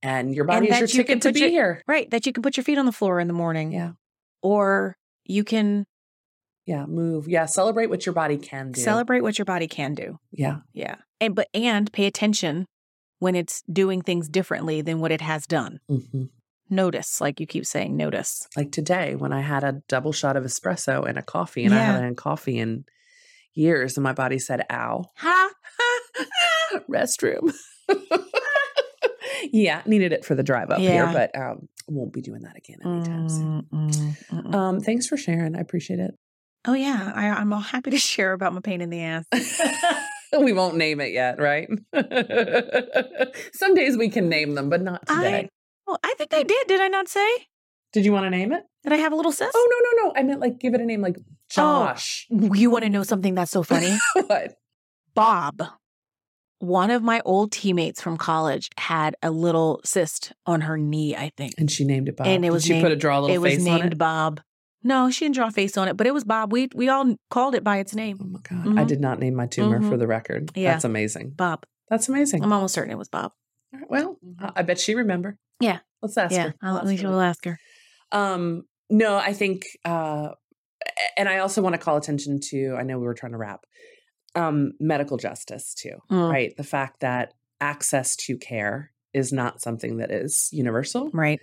[SPEAKER 1] And your body
[SPEAKER 3] And
[SPEAKER 1] is your
[SPEAKER 3] that you can
[SPEAKER 1] ticket to
[SPEAKER 3] put
[SPEAKER 1] be
[SPEAKER 3] your-
[SPEAKER 1] here.
[SPEAKER 3] Right. That you can put your feet on the floor in the morning.
[SPEAKER 1] Yeah.
[SPEAKER 3] Or you can
[SPEAKER 1] Yeah, move. Yeah, celebrate what your body can do.
[SPEAKER 3] celebrate what your body can do.
[SPEAKER 1] Yeah,
[SPEAKER 3] Yeah. And but and pay attention when it's doing things differently than what it has done.
[SPEAKER 1] Mhm.
[SPEAKER 3] Notice, like you keep saying, notice.
[SPEAKER 1] like today when I had a double shot of espresso and a coffee, and I
[SPEAKER 3] Yeah.
[SPEAKER 1] haven't had coffee in years, and my body said, "Ow,
[SPEAKER 3] Ha!
[SPEAKER 1] restroom." yeah, needed it for the drive up here,
[SPEAKER 3] Yeah.
[SPEAKER 1] but um, won't be doing that again anytime soon.
[SPEAKER 3] Uh,
[SPEAKER 1] Um, thanks for sharing. I appreciate it.
[SPEAKER 3] oh yeah, I, I'm all happy to share about my pain in the ass.
[SPEAKER 1] we won't name it yet, right? Some days we can name them, but not
[SPEAKER 3] I-
[SPEAKER 1] today.
[SPEAKER 3] Well, I think I did. Did I not say
[SPEAKER 1] Did you want to name it?
[SPEAKER 3] that I have a little cyst?
[SPEAKER 1] Oh no, no, no! I meant like give it a name, like
[SPEAKER 3] Oh,
[SPEAKER 1] Josh.
[SPEAKER 3] You want to know something that's so funny?
[SPEAKER 1] what?
[SPEAKER 3] Bob, one of my old teammates from college, had a little cyst on her knee, I think.
[SPEAKER 1] And she named it Bob.
[SPEAKER 3] And it
[SPEAKER 1] Did
[SPEAKER 3] was
[SPEAKER 1] she put
[SPEAKER 3] named-
[SPEAKER 1] a draw a little
[SPEAKER 3] It was
[SPEAKER 1] face on
[SPEAKER 3] named
[SPEAKER 1] it.
[SPEAKER 3] Bob. No, she didn't draw a face on it, but it was Bob. We we all called it by its
[SPEAKER 1] Oh
[SPEAKER 3] name.
[SPEAKER 1] my god! I
[SPEAKER 3] Mhm.
[SPEAKER 1] did not name my tumor for the record.
[SPEAKER 3] Yeah.
[SPEAKER 1] That's amazing.
[SPEAKER 3] Bob.
[SPEAKER 1] That's amazing.
[SPEAKER 3] I'm almost certain it was Bob.
[SPEAKER 1] All right, well, I I bet she remember.
[SPEAKER 3] Mm-hmm. Yeah.
[SPEAKER 1] Let's ask
[SPEAKER 3] yeah,
[SPEAKER 1] her.
[SPEAKER 3] I'll,
[SPEAKER 1] Let's
[SPEAKER 3] at least
[SPEAKER 1] ask her.
[SPEAKER 3] we'll ask her.
[SPEAKER 1] Um, no, I think, uh, and I also want to call attention to. I know we were trying to wrap. Um, medical justice too,
[SPEAKER 3] Mm, right.
[SPEAKER 1] right? The fact that access to care is not something that is universal,
[SPEAKER 3] Right.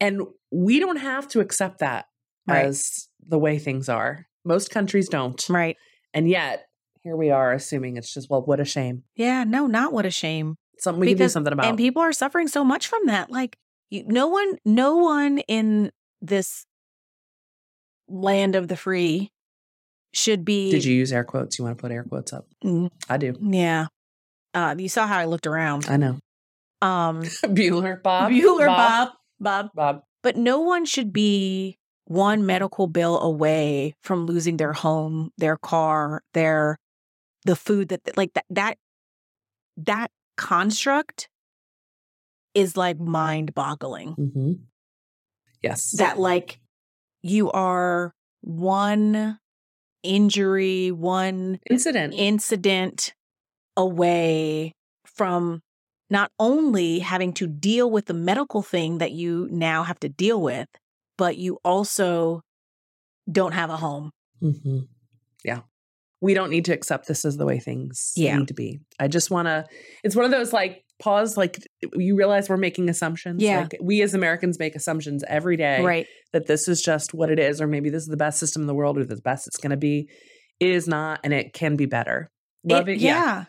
[SPEAKER 1] and we don't have to accept that
[SPEAKER 3] Right.
[SPEAKER 1] as the way things are. Most countries don't. And yet, here we are assuming it's just, well, what a shame.
[SPEAKER 3] Yeah. No, not what a shame.
[SPEAKER 1] Something we can do
[SPEAKER 3] Because-
[SPEAKER 1] something about.
[SPEAKER 3] And people are suffering so much from that. Like you, no one, no one in this land of the free should be.
[SPEAKER 1] Did you use air quotes? You want to put air quotes up?
[SPEAKER 3] Mm,
[SPEAKER 1] I do.
[SPEAKER 3] Yeah. Uh, you saw how I looked around.
[SPEAKER 1] I know.
[SPEAKER 3] Um,
[SPEAKER 1] Bueller, Uh, Bob.
[SPEAKER 3] Bueller, Bob, Bob,
[SPEAKER 1] Bob.
[SPEAKER 3] but no one should be one medical bill away from losing their home, their car, their the food that like that that that construct is like mind-boggling.
[SPEAKER 1] hmm Yes.
[SPEAKER 3] That like you are one injury, one
[SPEAKER 1] Incident.
[SPEAKER 3] incident away from not only having to deal with the medical thing that you now have to deal with, but you also don't have a home. Mm-hmm.
[SPEAKER 1] hmm Yeah. We don't need to accept this as the way things
[SPEAKER 3] Yeah.
[SPEAKER 1] need to be. I just want to, it's one of those like pause, like you realize we're making assumptions.
[SPEAKER 3] Yeah.
[SPEAKER 1] Like we as Americans make assumptions every day.
[SPEAKER 3] Right.
[SPEAKER 1] that this is just what it is, or maybe this is the best system in the world, or the best it's going to be. It is not, and it can be better. Love it, yeah.
[SPEAKER 3] yeah.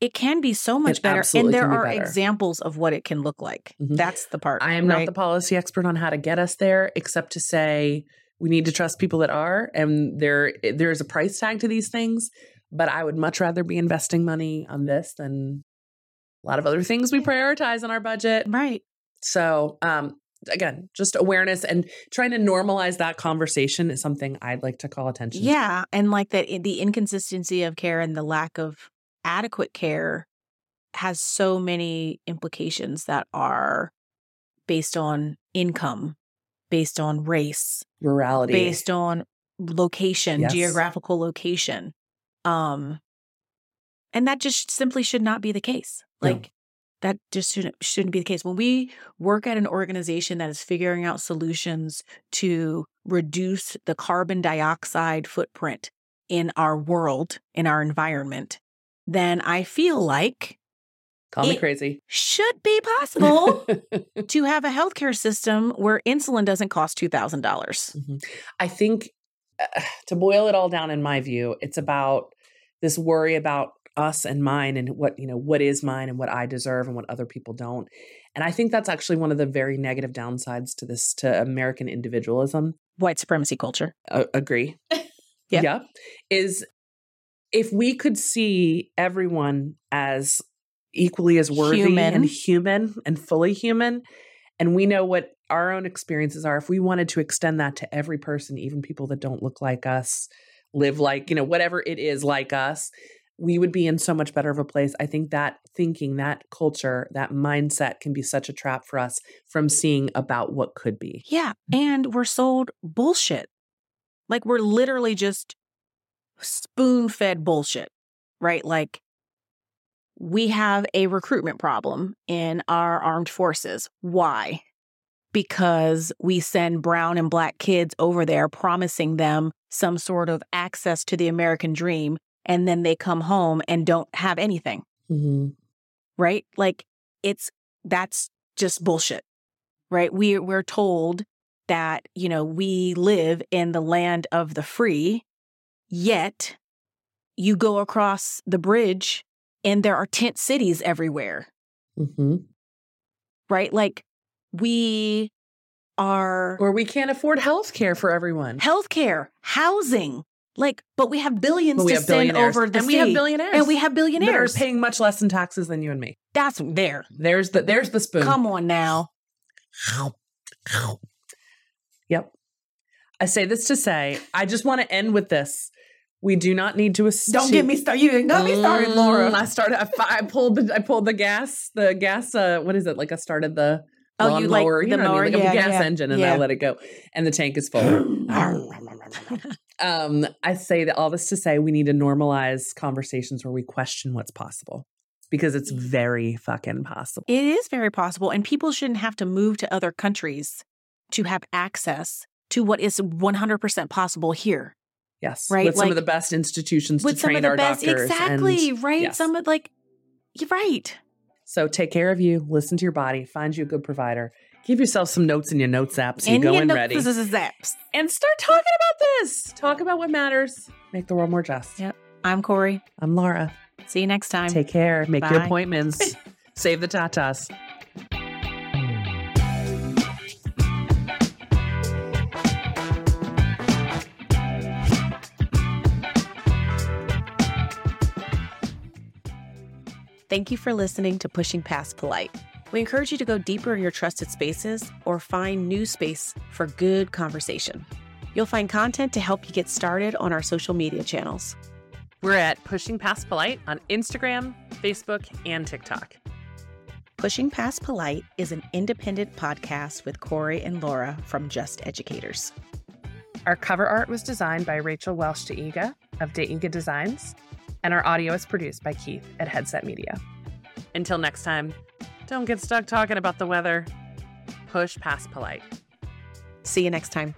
[SPEAKER 3] it can be so much
[SPEAKER 1] It
[SPEAKER 3] better.
[SPEAKER 1] absolutely
[SPEAKER 3] And there
[SPEAKER 1] can be
[SPEAKER 3] are
[SPEAKER 1] better.
[SPEAKER 3] examples of what it can look like.
[SPEAKER 1] Mhm.
[SPEAKER 3] That's the part.
[SPEAKER 1] I am not
[SPEAKER 3] right?
[SPEAKER 1] the policy expert on how to get us there, except to say we need to trust people that are, and there there is a price tag to these things. But I would much rather be investing money on this than a lot of other things we prioritize in our budget.
[SPEAKER 3] Right.
[SPEAKER 1] So, um, again, just awareness and trying to normalize that conversation is something I'd like to call attention. to.
[SPEAKER 3] Yeah. And like that, the inconsistency of care and the lack of adequate care has so many implications that are based on income, based on race,
[SPEAKER 1] rurality.
[SPEAKER 3] based on location,
[SPEAKER 1] Yes.
[SPEAKER 3] geographical location. Um, and that just simply should not be the case.
[SPEAKER 1] No.
[SPEAKER 3] Like that just shouldn't shouldn't be the case. When we work at an organization that is figuring out solutions to reduce the carbon dioxide footprint in our world, in our environment, then I feel like
[SPEAKER 1] Call me
[SPEAKER 3] it-
[SPEAKER 1] crazy.
[SPEAKER 3] should be possible to have a healthcare system where insulin doesn't cost two thousand dollars.
[SPEAKER 1] Mm-hmm. I think uh, to boil it all down in my view, it's about this worry about us and mine and what, you know, what is mine and what I deserve and what other people don't. And I think that's actually one of the very negative downsides to this to American individualism.
[SPEAKER 3] White supremacy culture.
[SPEAKER 1] Uh, agree.
[SPEAKER 3] Yeah.
[SPEAKER 1] Is if we could see everyone as equally as worthy
[SPEAKER 3] Human.
[SPEAKER 1] and human and fully human, and we know what our own experiences are, if we wanted to extend that to every person, even people that don't look like us, live like, you know, whatever it is like us, we would be in so much better of a place. I think that thinking, that culture, that mindset can be such a trap for us from seeing about what could be.
[SPEAKER 3] Yeah. And we're sold bullshit. Like we're literally just spoon fed bullshit, right? Like we have a recruitment problem in our armed forces. Why? Because we send brown and black kids over there promising them some sort of access to the American dream. And then they come home and don't have anything,
[SPEAKER 1] Mm-hmm.
[SPEAKER 3] right? Like it's that's just bullshit right we we're told that you know we live in the land of the free yet you go across the bridge and there are tent cities everywhere
[SPEAKER 1] Mm-hmm.
[SPEAKER 3] right like we are
[SPEAKER 1] Or we can't afford health care for everyone.
[SPEAKER 3] healthcare housing like but we have billions
[SPEAKER 1] But we
[SPEAKER 3] to
[SPEAKER 1] have
[SPEAKER 3] send
[SPEAKER 1] billionaires.
[SPEAKER 3] over the
[SPEAKER 1] and we have
[SPEAKER 3] sea,
[SPEAKER 1] billionaires
[SPEAKER 3] and we have billionaires
[SPEAKER 1] that are paying much less in taxes than you and me.
[SPEAKER 3] that's there
[SPEAKER 1] There's the there's the spoon.
[SPEAKER 3] come on now
[SPEAKER 1] Yep. I say this to say I just want to end with this. We do not need to assume.
[SPEAKER 3] started you got
[SPEAKER 1] Mm, I started. I, fi- I pulled. The, I pulled the gas. The gas. Uh, what is it? Like I started the
[SPEAKER 3] Oh, you like
[SPEAKER 1] lawnmower,
[SPEAKER 3] the
[SPEAKER 1] know what I mean?
[SPEAKER 3] mower?
[SPEAKER 1] Like a
[SPEAKER 3] Yeah,
[SPEAKER 1] gas
[SPEAKER 3] yeah,
[SPEAKER 1] engine, and
[SPEAKER 3] yeah.
[SPEAKER 1] I let it go, and the tank is full. um, I say that all this to say we need to normalize conversations where we question what's possible because it's very fucking possible.
[SPEAKER 3] It is very possible. And people shouldn't have to move to other countries to have access to what is 100% possible here.
[SPEAKER 1] Yes,
[SPEAKER 3] Right,
[SPEAKER 1] With some
[SPEAKER 3] like-
[SPEAKER 1] of the best institutions to
[SPEAKER 3] With some
[SPEAKER 1] train
[SPEAKER 3] of the
[SPEAKER 1] our
[SPEAKER 3] best,
[SPEAKER 1] doctors. and-
[SPEAKER 3] exactly, right?
[SPEAKER 1] yes.
[SPEAKER 3] Some of like, you're right.
[SPEAKER 1] so take care of you. Listen to your body. Find you a good provider. Give yourself some notes in your notes app so you go
[SPEAKER 3] you
[SPEAKER 1] in
[SPEAKER 3] know,
[SPEAKER 1] ready.
[SPEAKER 3] This is zaps.
[SPEAKER 1] and start talking about this. Talk about what matters. Make the world more just.
[SPEAKER 3] Yeah. I'm Corey.
[SPEAKER 1] I'm Laura.
[SPEAKER 3] See you next time.
[SPEAKER 1] Take care. Make your
[SPEAKER 3] Bye.
[SPEAKER 1] appointments. Save the tatas.
[SPEAKER 3] Thank you for listening to Pushing Past Polite. We encourage you to go deeper in your trusted spaces or find new space for good conversation. You'll find content to help you get started on our social media channels.
[SPEAKER 1] We're at Pushing Past Polite on Instagram, Facebook, and TikTok.
[SPEAKER 3] Pushing Past Polite is an independent podcast with Corey and Laura from Just Educators.
[SPEAKER 1] Our cover art was designed by Rachel Welsh Deiga of Deiga Designs, and our audio is produced by Keith at Headset Media. Until next time, don't get stuck talking about the weather. Push past polite.
[SPEAKER 3] See you next time.